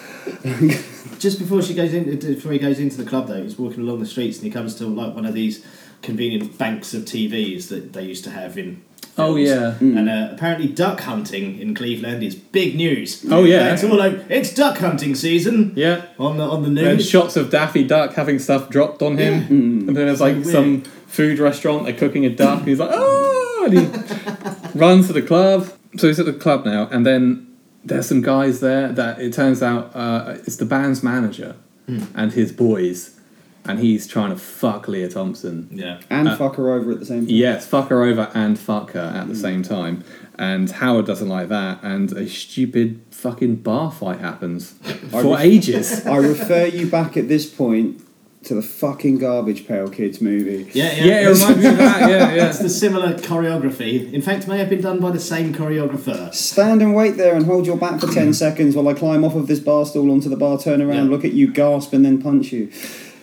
Speaker 6: Just before she goes in, before he goes into the club, though, he's walking along the streets and he comes to like one of these convenient banks of TVs that they used to have in.
Speaker 4: Oh,
Speaker 6: films.
Speaker 4: yeah.
Speaker 6: and uh, apparently duck hunting in Cleveland is big news.
Speaker 4: Oh, yeah.
Speaker 6: it's all over. It's duck hunting season.
Speaker 4: Yeah.
Speaker 6: on the on the news.
Speaker 4: And shots of Daffy Duck having stuff dropped on him. And then there's like
Speaker 6: Mm. So weird.
Speaker 4: some food restaurant, they're cooking a duck, and he's like, oh! And he runs to the club. So he's at the club now, and then there's some guys there that it turns out uh, it's the band's manager
Speaker 6: Hmm.
Speaker 4: and his boys, and he's trying to fuck Leah Thompson.
Speaker 6: yeah,
Speaker 5: And fuck her over at the same time.
Speaker 4: Yes, fuck her over and fuck her at the
Speaker 6: Hmm.
Speaker 4: same time. And Howard doesn't like that, and a stupid fucking bar fight happens for
Speaker 5: was-
Speaker 4: ages.
Speaker 5: I refer you back at this point to the fucking garbage pail kids movie.
Speaker 6: yeah, yeah.
Speaker 4: Yeah, it reminds me of that. Yeah, yeah.
Speaker 6: it's the similar choreography. In fact, it may have been done by the same choreographer.
Speaker 5: Stand and wait there and hold your back for 10 seconds while I climb off of this bar stool onto the bar, turn around,
Speaker 6: Yeah.
Speaker 5: look at you, gasp, and then punch you.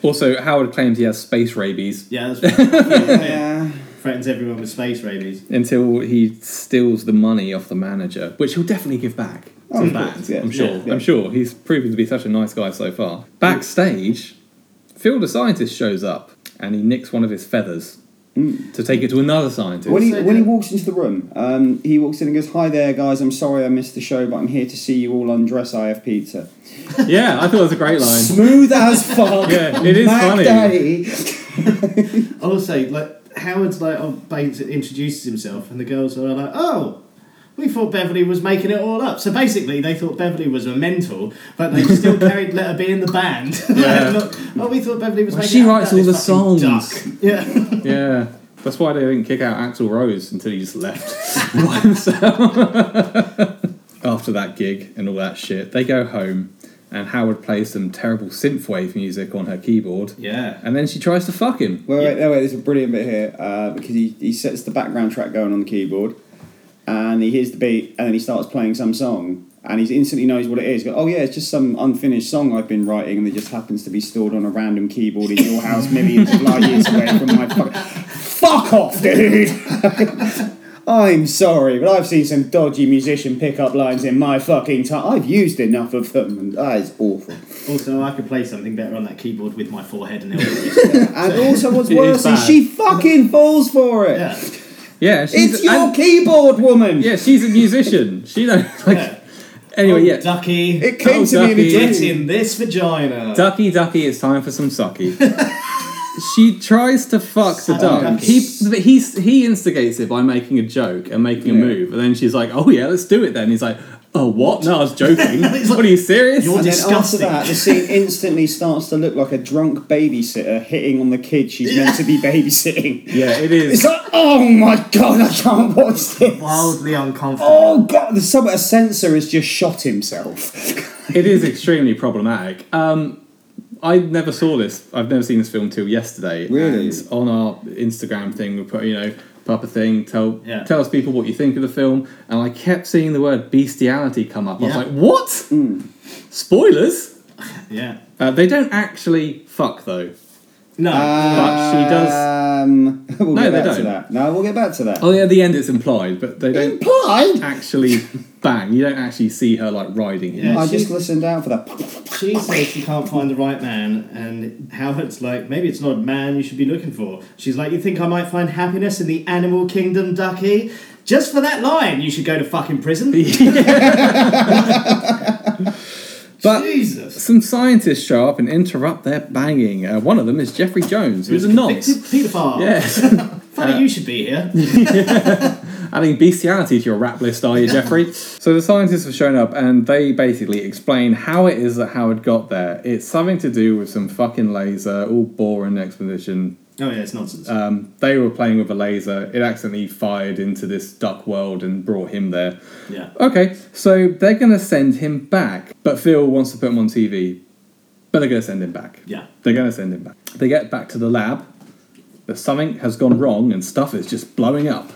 Speaker 4: Also, Howard claims he has space rabies
Speaker 6: Yeah, that's right. yeah.
Speaker 5: Yeah.
Speaker 6: Threatens everyone with space rabies.
Speaker 4: until he steals the money off the manager, which he'll definitely give back.
Speaker 5: Oh,
Speaker 4: to the
Speaker 5: of course,
Speaker 4: band,
Speaker 5: yeah,
Speaker 4: I'm sure.
Speaker 5: yeah, yeah.
Speaker 4: I'm sure he's proven to be such a nice guy so far. Backstage, Phil the scientist shows up and he nicks one of his feathers
Speaker 5: Mm.
Speaker 4: to take it to another scientist.
Speaker 5: When he,
Speaker 6: So
Speaker 5: when he
Speaker 6: good.
Speaker 5: walks into the room, um, he walks in and goes, Hi there, guys, I'm sorry I missed the show, but I'm here to see you all undress. I have pizza.
Speaker 4: yeah, I thought it was a great line.
Speaker 5: Smooth as fuck.
Speaker 4: Yeah, it is
Speaker 5: Mac
Speaker 4: funny.
Speaker 5: Daddy.
Speaker 6: Also, like Howard's like on basically introduces himself, and the girls are like, "Oh, we thought Beverly was making it all up." So basically, they thought Beverly was a mental, but they still carried Let Her Be in the band.
Speaker 4: Yeah.
Speaker 6: Look, oh, we thought Beverly was.
Speaker 4: Well,
Speaker 6: making
Speaker 4: she
Speaker 6: it up
Speaker 4: writes
Speaker 6: about
Speaker 4: all
Speaker 6: this
Speaker 4: the
Speaker 6: fucking
Speaker 4: songs.
Speaker 6: duck." Yeah,
Speaker 4: Yeah. That's why they didn't kick out Axel Rose until he just left by himself. After that gig and all that shit, they go home and Howard plays some terrible synthwave music on her keyboard.
Speaker 6: yeah.
Speaker 4: And then she tries to fuck him.
Speaker 5: Wait, wait, no, wait, there's a brilliant bit here uh, because he, he sets the background track going on the keyboard and he hears the beat and then he starts playing some song and he instantly knows what it is. Go, oh, yeah, it's just some unfinished song I've been writing and it just happens to be stored on a random keyboard in your house millions of light years away from my fuck. Fuck off, dude! I'm sorry, but I've seen some dodgy musician pickup lines in my fucking time. I've used enough of them and that is awful.
Speaker 6: Also, I could play something better on that keyboard with my forehead and elbows.
Speaker 5: And also, what's
Speaker 4: It is
Speaker 5: worse is,
Speaker 4: bad.
Speaker 5: she fucking falls for it!
Speaker 6: yeah,
Speaker 4: Yeah, she's
Speaker 5: It's your
Speaker 4: and-
Speaker 5: keyboard, woman.
Speaker 4: Yeah, she's a musician. She don't like
Speaker 6: yeah.
Speaker 4: anyway,
Speaker 5: Oh,
Speaker 4: yeah.
Speaker 6: Oh, Ducky,
Speaker 5: It came
Speaker 4: Oh,
Speaker 5: to me in a
Speaker 4: Duffy.
Speaker 5: dream.
Speaker 6: get in this vagina.
Speaker 4: Ducky ducky, it's time for some sucky. she tries to fuck the duck.
Speaker 6: Ducky.
Speaker 4: He but he he instigates it by making a joke and making a
Speaker 5: Yeah.
Speaker 4: move, and then she's like, "Oh yeah, let's do it." Then he's like, "Oh what? No, I was joking.
Speaker 6: He's like,
Speaker 4: what are you serious?"
Speaker 6: "You're
Speaker 5: And then after
Speaker 6: Disgusting.
Speaker 5: that, the scene instantly starts to look like a drunk babysitter hitting on the kid she's meant to be babysitting.
Speaker 4: yeah, it
Speaker 5: It's
Speaker 4: is.
Speaker 5: like, oh my god, I can't watch this.
Speaker 6: Wildly uncomfortable.
Speaker 5: Oh god, the sub a censor has just shot himself.
Speaker 4: It is extremely problematic. Um, I never saw this. I've never seen this film till yesterday.
Speaker 5: Really?
Speaker 4: And on our Instagram thing, we put you know. Pop a thing, tell
Speaker 6: Yeah.
Speaker 4: tell us people what you think of the film, and I kept seeing the word bestiality come up. I was
Speaker 6: Yeah.
Speaker 4: like, "What? Spoilers!"
Speaker 6: Yeah.
Speaker 4: Uh, they don't actually fuck though,
Speaker 6: No.
Speaker 4: but
Speaker 5: Uh.
Speaker 4: she does.
Speaker 5: Um, we'll
Speaker 4: No,
Speaker 5: get
Speaker 4: they
Speaker 5: back to
Speaker 4: don't.
Speaker 5: that. No, we'll get back to that.
Speaker 4: Oh yeah, at the end it's implied, but they don't
Speaker 5: Implied?
Speaker 4: actually bang. You don't actually see her like riding him.
Speaker 6: Yeah,
Speaker 5: I
Speaker 6: she-
Speaker 5: just listened out for that.
Speaker 6: she says she can't find the right man, and Howard's like, maybe it's not a man you should be looking for. She's like, you think I might find happiness in the animal kingdom, ducky? Just for that line, you should go to fucking prison.
Speaker 4: But-
Speaker 6: Jesus.
Speaker 4: Some scientists show up and interrupt their banging. Uh, one of them is Jeffrey Jones, who's a nonce.
Speaker 6: Convicted Paedophile.
Speaker 4: Yes.
Speaker 6: Funny
Speaker 4: uh,
Speaker 6: you should be here.
Speaker 4: adding bestiality to your rap list, are you, Jeffrey? so the scientists have shown up and they basically explain how it is that Howard got there. It's something to do with some fucking laser, all boring exposition.
Speaker 6: Oh yeah, it's nonsense.
Speaker 4: Um, they were playing with a laser, it accidentally fired into this duck world and brought him there.
Speaker 6: yeah.
Speaker 4: Okay, so they're gonna send him back, but Phil wants to put him on TV, but they're gonna send him back.
Speaker 6: Yeah.
Speaker 4: They're going to send him back. They get back to the lab, but something has gone wrong and stuff is just blowing up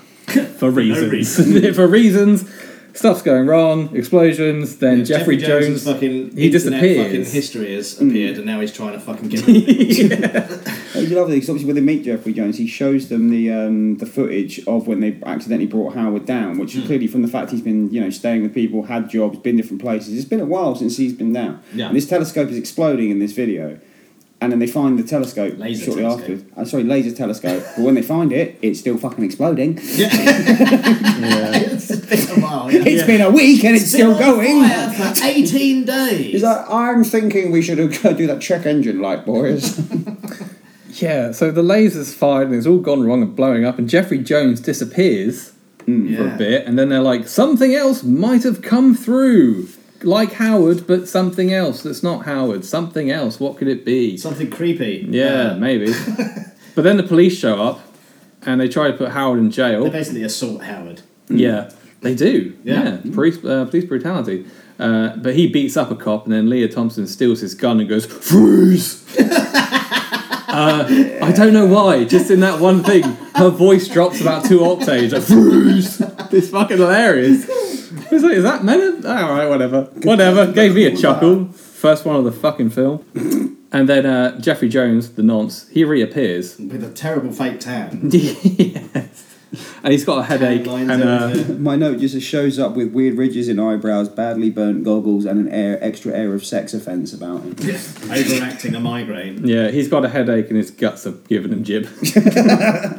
Speaker 4: for reasons. for reasons, stuff's going wrong, explosions, then Jeffrey, Jones.
Speaker 6: fucking
Speaker 4: he
Speaker 6: internet
Speaker 4: disappears. Hmm.
Speaker 6: Fucking history has appeared, and now he's trying to fucking get. rid of it.
Speaker 5: It'd be lovely because obviously when they meet Jeffrey Jones, he shows them the um, the footage of when they accidentally brought Howard down, which
Speaker 6: Hmm.
Speaker 5: is clearly from the fact he's been you know staying with people, had jobs, been different places. It's been a while since he's been down.
Speaker 6: Yeah.
Speaker 5: And this telescope is exploding in this video, and then they find the telescope
Speaker 6: Laser
Speaker 5: shortly
Speaker 6: telescope.
Speaker 5: afterwards. I'm sorry, laser telescope. but when they find it, it's still fucking exploding. It's
Speaker 6: it's been a while. Yeah.
Speaker 5: been a week and it's, still
Speaker 6: Been on
Speaker 5: going.
Speaker 6: fire for eighteen days.
Speaker 5: He's like, I'm thinking we should go do that check engine light, boys.
Speaker 4: yeah, so the laser's fired and it's all gone wrong and blowing up, and Jeffrey Jones disappears for a bit, and then they're like, something else might have come through. Like Howard, but something else that's not Howard. Something else. What could it be?
Speaker 6: Something creepy.
Speaker 4: Yeah, maybe. but then the police show up and they try to put Howard in
Speaker 6: They
Speaker 4: jail.
Speaker 6: basically assault Howard.
Speaker 4: Yeah, Mm. they do.
Speaker 6: Yeah.
Speaker 4: Yeah, police, uh, police brutality. Uh, but he beats up a cop, and then Leah Thompson steals his gun and goes, Freeze! uh, I don't know why, just in that one thing, her voice drops about two octaves. Like, Freeze! It's fucking hilarious. It's like, is that meant? Alright, whatever. Whatever. Gave me a chuckle. First one of the fucking film. And then uh, Jeffrey Jones, the nonce, he reappears.
Speaker 6: With a terrible fake tan.
Speaker 4: yes. And he's got a headache.
Speaker 6: Lines
Speaker 4: And, uh,
Speaker 6: everywhere.
Speaker 5: My note just shows up with weird ridges in eyebrows, badly burnt goggles, and an air, extra air of sex offence about him.
Speaker 6: Overacting a migraine.
Speaker 4: yeah, he's got a headache and his guts are giving him jib.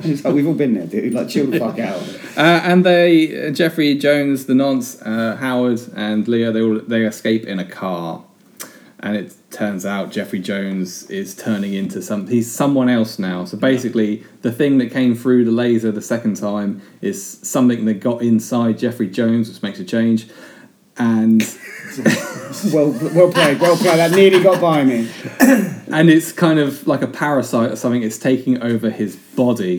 Speaker 5: It's like, we've all been there, dude. Like, chill the fuck out.
Speaker 4: Uh, and they, uh, Jeffrey Jones, the nonce, uh, Howard, and Leah, they all they escape in a car. And it turns out Jeffrey Jones is turning into some. He's someone else now. So basically, the thing that came through the laser the second time is something that got inside Jeffrey Jones, which makes a change. And
Speaker 5: Well, well played, well played. That nearly got by me.
Speaker 4: and it's kind of like a parasite or something. It's taking over his body.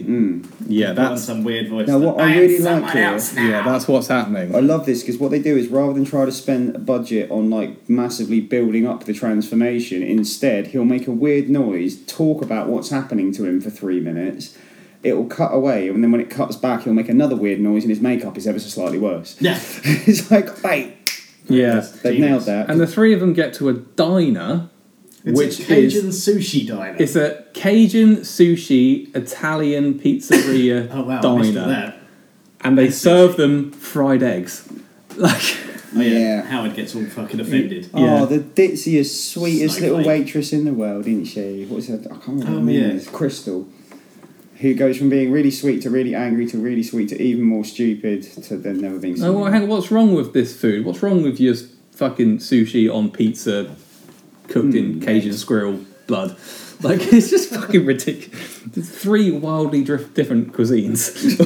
Speaker 4: Yeah,
Speaker 6: Put on
Speaker 4: that's
Speaker 6: some weird voice.
Speaker 5: Now, what I really like here,
Speaker 4: yeah, that's what's happening.
Speaker 5: I love this because what they do is rather than try to spend a budget on like massively building up the transformation, instead he'll make a weird noise, talk about what's happening to him for three minutes. It will cut away, and then when it cuts back, he'll make another weird noise, and his makeup is ever so slightly worse.
Speaker 6: Yeah.
Speaker 5: it's like, wait,
Speaker 4: Yeah,
Speaker 5: They've
Speaker 6: Genius.
Speaker 5: nailed that.
Speaker 4: and the three of them get to a diner,
Speaker 6: It's
Speaker 4: which
Speaker 6: a Cajun
Speaker 4: is
Speaker 6: sushi diner.
Speaker 4: it's a Cajun sushi Italian pizzeria
Speaker 6: oh wow, I missed
Speaker 4: diner,
Speaker 6: that.
Speaker 4: and they
Speaker 6: And
Speaker 4: serve
Speaker 6: sushi.
Speaker 4: them fried eggs. Like,
Speaker 6: Oh yeah.
Speaker 5: Yeah.
Speaker 6: Howard gets all fucking offended.
Speaker 4: Yeah.
Speaker 5: Oh, the ditziest, sweetest
Speaker 6: Snowflake.
Speaker 5: little waitress in the world, isn't she? What's her? I can't remember
Speaker 6: Oh,
Speaker 5: her name.
Speaker 6: yeah.
Speaker 5: It's Crystal. Who goes from being really sweet to really angry to really sweet to even more stupid to then never being sweet.
Speaker 4: no, well, hang on, what's wrong with this food? What's wrong with your fucking sushi on pizza, cooked in
Speaker 6: Hmm.
Speaker 4: Cajun squirrel blood? Like, it's just fucking ridiculous. There's three wildly dif- different cuisines,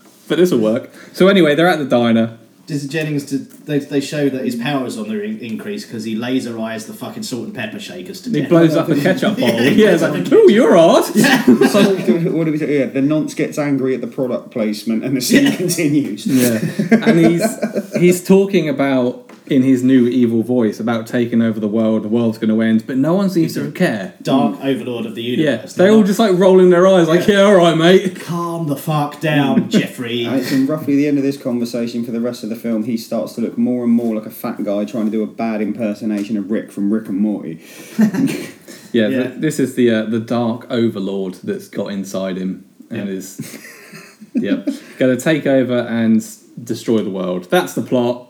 Speaker 4: but this will work. So anyway, they're at the diner.
Speaker 6: Does Jennings? Did they, they show that his powers on the in- increase because he laser eyes the fucking salt and pepper shakers to
Speaker 4: He
Speaker 6: death.
Speaker 4: blows up a ketchup bottle. Yeah, it's like, oh, you're odd.
Speaker 5: what do we- what do we do? Yeah, the nonce gets angry at the product placement and the scene continues.
Speaker 4: Yeah, and he's he's talking about in his new evil voice about taking over the world. The world's going to end, but no one seems to care.
Speaker 6: Dark overlord of the
Speaker 4: Yeah,
Speaker 6: universe.
Speaker 4: they all just like rolling their eyes, like, yeah, all right, mate.
Speaker 6: calm the fuck down, Jeffrey.
Speaker 5: And it's in roughly the end of this conversation for the rest of the film, he starts to look more and more like a fat guy trying to do a bad impersonation of Rick from Rick and Morty.
Speaker 4: Yeah,
Speaker 6: Yeah.
Speaker 4: th- this is the uh, the dark overlord that's got inside him and is yep going to take over and s- destroy the world. That's the plot.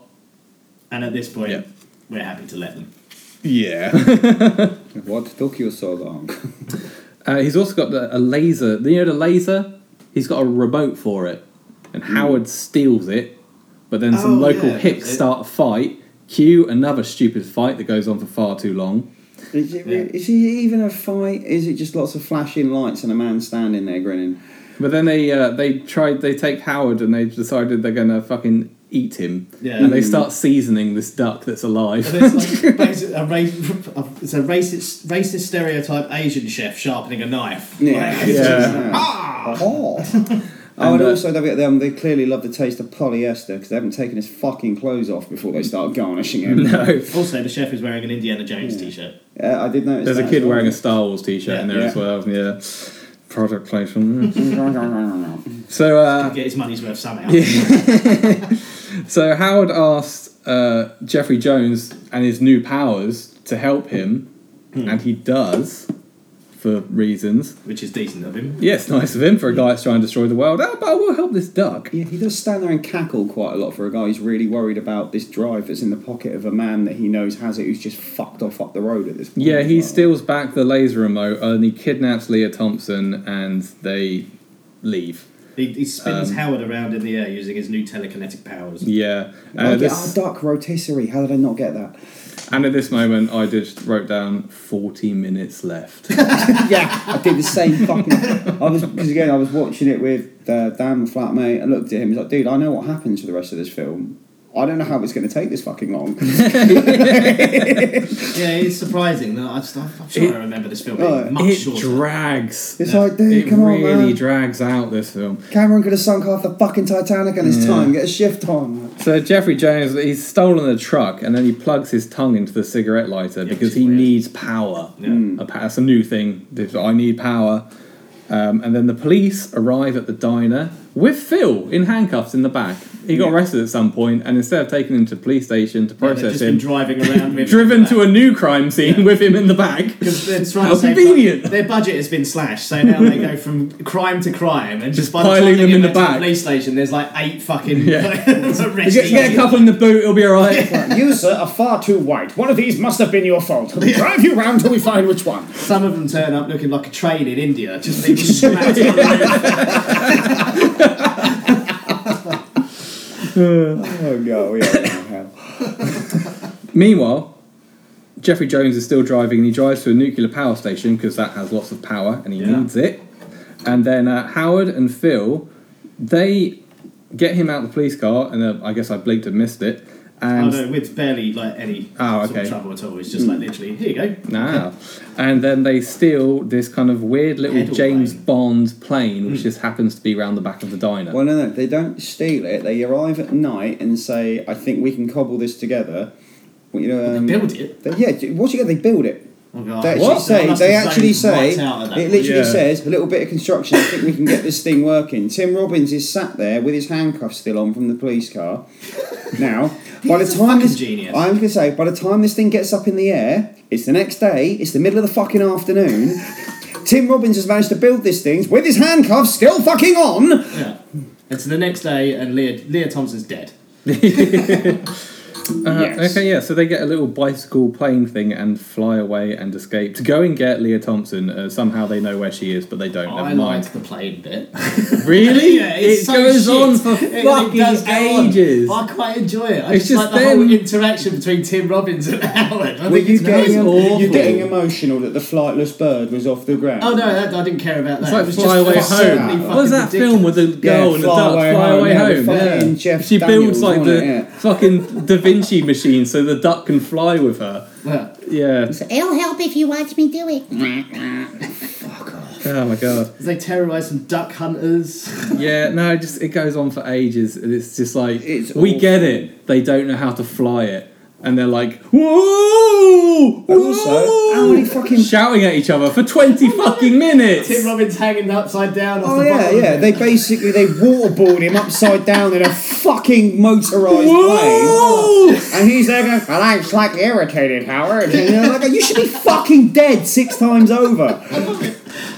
Speaker 6: And at this point,
Speaker 4: Yeah.
Speaker 6: we're happy to let them.
Speaker 4: Yeah.
Speaker 5: What took you so long?
Speaker 4: uh, he's also got the, a laser. You know the laser? He's got a remote for it. And Howard steals it, but then some
Speaker 6: Hmm. Oh,
Speaker 4: local
Speaker 6: yeah.
Speaker 4: hicks
Speaker 6: It-
Speaker 4: start a fight. Cue another stupid fight that goes on for far too long.
Speaker 5: Is it, re- is it even a fight? Is it just lots of flashing lights and a man standing there grinning?
Speaker 4: But then they uh, they tried they take Howard and they decided they're gonna fucking eat him.
Speaker 6: Yeah.
Speaker 4: And they start seasoning this duck that's alive.
Speaker 6: But it's like basi- a, race, it's a racist, racist stereotype Asian chef sharpening a knife. Like, it's just-
Speaker 4: Yeah. "Ah!"
Speaker 5: Oh, oh and
Speaker 4: uh,
Speaker 5: also they um, they clearly love the taste of polyester because they haven't taken his fucking clothes off before they start garnishing him.
Speaker 4: no.
Speaker 6: Also, the chef is wearing an Indiana
Speaker 4: Hmm.
Speaker 6: Jones t-shirt.
Speaker 5: Yeah, I did notice.
Speaker 4: There's a
Speaker 5: that
Speaker 4: kid
Speaker 5: as well.
Speaker 4: wearing a Star Wars t-shirt in there
Speaker 5: Yeah.
Speaker 4: as well. Yeah. Product placement. so uh,
Speaker 6: Get his money's worth somehow.
Speaker 4: So Howard asked uh, Jeffrey Jones and his new powers to help him,
Speaker 5: Hmm.
Speaker 4: and he does for reasons.
Speaker 6: Which is decent of him.
Speaker 4: Yes, nice of him for a guy that's trying to destroy the world. Oh, but I will help this duck.
Speaker 5: Yeah, he does stand there and cackle quite a lot for a guy who's really worried about this drive that's in the pocket of a man that he knows has it, who's just fucked off up the road at this point.
Speaker 4: Yeah,
Speaker 5: as
Speaker 4: he
Speaker 5: well.
Speaker 4: steals back the laser remote uh, and he kidnaps Leah Thompson, and they leave.
Speaker 6: He, he spins Howard around in the air using his new telekinetic powers.
Speaker 4: Um, Yeah, and,
Speaker 5: Like,
Speaker 4: at
Speaker 5: oh,
Speaker 4: uh, this,
Speaker 5: duck rotisserie. How did I not get that?
Speaker 4: and at this moment, I just wrote down forty minutes left.
Speaker 5: yeah, I did the same fucking. I was because again I was watching it with uh, Dan, my flatmate. I looked at him. He's like, "Dude, I know what happens for the rest of this film. I don't know how it's going to take this fucking long."
Speaker 6: Yeah, it's surprising. No, I just, I'm I'm sure I remember this film being
Speaker 5: Right.
Speaker 6: much
Speaker 4: Oh, it
Speaker 6: shorter.
Speaker 4: drags.
Speaker 5: It's like, dude,
Speaker 4: it
Speaker 5: come
Speaker 4: really
Speaker 5: on, man.
Speaker 4: drags out this film.
Speaker 5: Cameron could have sunk half the fucking Titanic in his time. Get a shift on.
Speaker 4: So Jeffrey Jones, he's stolen a truck and then he plugs his tongue into the cigarette lighter because
Speaker 6: which is
Speaker 4: he
Speaker 6: weird.
Speaker 4: needs power.
Speaker 6: Yeah. Mm.
Speaker 4: A pa- that's a new thing. This, I need power. Um, and then the police arrive at the diner with Phil in handcuffs in the back. He got arrested at some point, and instead of taking him to the police station to
Speaker 6: They've
Speaker 4: process
Speaker 6: just been
Speaker 4: him,
Speaker 6: driving around with
Speaker 4: driven to a new crime scene with him in the back.
Speaker 6: Because they're trying
Speaker 4: How
Speaker 6: to save
Speaker 4: convenient.
Speaker 6: Their budget has been slashed, so now they go from crime to crime, and just, by the
Speaker 4: piling
Speaker 6: time they
Speaker 4: them
Speaker 6: get
Speaker 4: in the
Speaker 6: back to
Speaker 4: back.
Speaker 6: police station, there's like eight fucking
Speaker 4: Yeah.
Speaker 6: arrestees.
Speaker 4: Get, get a couple in the boot, it'll be alright.
Speaker 5: You, sir, are far too white. One of these must have been your fault. We'll drive you round till we find which one.
Speaker 6: Some of them turn up looking like a train in India, just being smacked on the roof.
Speaker 5: Oh, no, we are in hell.
Speaker 4: Meanwhile, Jeffrey Jones is still driving and he drives to a nuclear power station because that has lots of power and he
Speaker 6: Yeah.
Speaker 4: needs it. And then uh, Howard and Phil, they get him out of the police car, and uh, I guess I blinked and missed it.
Speaker 6: Oh
Speaker 4: And
Speaker 6: no, with barely like any
Speaker 4: Oh,
Speaker 6: sort
Speaker 4: okay. Mm.
Speaker 6: of trouble at all. It's just like literally, here you go.
Speaker 4: Nah. and then they steal this kind of weird little
Speaker 6: Pedal
Speaker 4: James
Speaker 6: plane.
Speaker 4: Bond plane,
Speaker 6: Hmm.
Speaker 4: which just happens to be round the back of the diner.
Speaker 5: Well, no, no, they don't steal it. They arrive at night and say, I think we can cobble this together. Well, you know, um,
Speaker 6: Build it.
Speaker 5: they- yeah, once you get, they build it.
Speaker 6: Oh, God.
Speaker 5: They actually
Speaker 6: What?
Speaker 5: say,
Speaker 6: Must
Speaker 5: they
Speaker 6: have
Speaker 5: actually
Speaker 6: zoned right
Speaker 5: say,
Speaker 6: out at that
Speaker 5: it
Speaker 6: point.
Speaker 5: literally
Speaker 4: Yeah.
Speaker 5: says, a little bit of construction, I think we can get this thing working. Tim Robbins is sat there with his handcuffs still on from the police car. Now, by the
Speaker 6: is a
Speaker 5: time
Speaker 6: fucking
Speaker 5: this,
Speaker 6: genius.
Speaker 5: I'm going to say, by the time this thing gets up in the air, it's the next day, it's the middle of the fucking afternoon. Tim Robbins has managed to build this thing with his handcuffs still fucking
Speaker 4: Uh,
Speaker 5: on.
Speaker 6: Yeah. And so the next day, and Leah, Leah Thompson's dead.
Speaker 4: Uh,
Speaker 5: Yes.
Speaker 4: Okay, yeah, so they get a little bicycle plane thing and fly away and escape to go and get Leah Thompson. Uh, somehow they know where she is, but they don't.
Speaker 6: Oh, I
Speaker 4: Never mind.
Speaker 6: liked the plane bit.
Speaker 4: Really?
Speaker 6: yeah, it's
Speaker 4: it
Speaker 6: so
Speaker 4: goes
Speaker 6: shit.
Speaker 4: on for
Speaker 6: It- it
Speaker 4: fucking
Speaker 6: does go on.
Speaker 4: ages.
Speaker 6: I quite enjoy it. I
Speaker 4: It's
Speaker 6: just,
Speaker 4: just
Speaker 6: like the whole
Speaker 4: them-
Speaker 6: interaction between Tim Robbins and Howard. I
Speaker 5: Were
Speaker 6: think
Speaker 5: you
Speaker 6: it's nice.
Speaker 5: getting,
Speaker 4: awful.
Speaker 5: you getting emotional that the flightless bird was off the ground?
Speaker 6: Oh no, that, I didn't care about that.
Speaker 4: It's like
Speaker 6: it was
Speaker 4: Fly
Speaker 6: just
Speaker 4: Away
Speaker 6: absurdly
Speaker 4: Home.
Speaker 6: fucking
Speaker 4: What was that
Speaker 6: ridiculous.
Speaker 4: film with the girl and the
Speaker 5: Fly
Speaker 4: duck
Speaker 5: Away
Speaker 4: fly
Speaker 5: Home,
Speaker 4: away
Speaker 5: yeah,
Speaker 4: home?
Speaker 5: with fucking
Speaker 4: yeah.
Speaker 5: Jeff
Speaker 4: she builds
Speaker 5: Daniels,
Speaker 4: like
Speaker 5: wasn't
Speaker 4: the
Speaker 5: it? Yeah.
Speaker 4: fucking Da Vinci machine so the duck can fly with her.
Speaker 6: Yeah.
Speaker 4: Yeah.
Speaker 7: It'll help if you watch me do it.
Speaker 4: Oh my god.
Speaker 6: They terrorise some duck hunters.
Speaker 4: Yeah. No, it just it goes on for ages, and it's just like
Speaker 5: It's
Speaker 4: we
Speaker 5: awful.
Speaker 4: get it. They don't know how to fly it, and they're like, whoa,
Speaker 5: But also, how
Speaker 4: whoa!"
Speaker 5: many fucking
Speaker 4: shouting at each other for twenty fucking minutes.
Speaker 6: Tim Robbins hanging upside down off
Speaker 5: Oh
Speaker 6: the
Speaker 5: yeah,
Speaker 6: bottom.
Speaker 5: yeah. They basically they waterboard him upside down in a fucking motorized
Speaker 4: Whoa!
Speaker 5: plane, and he's there going, "Well, I'm slightly irritated, Howard." And you're like, "You should be fucking dead six times over."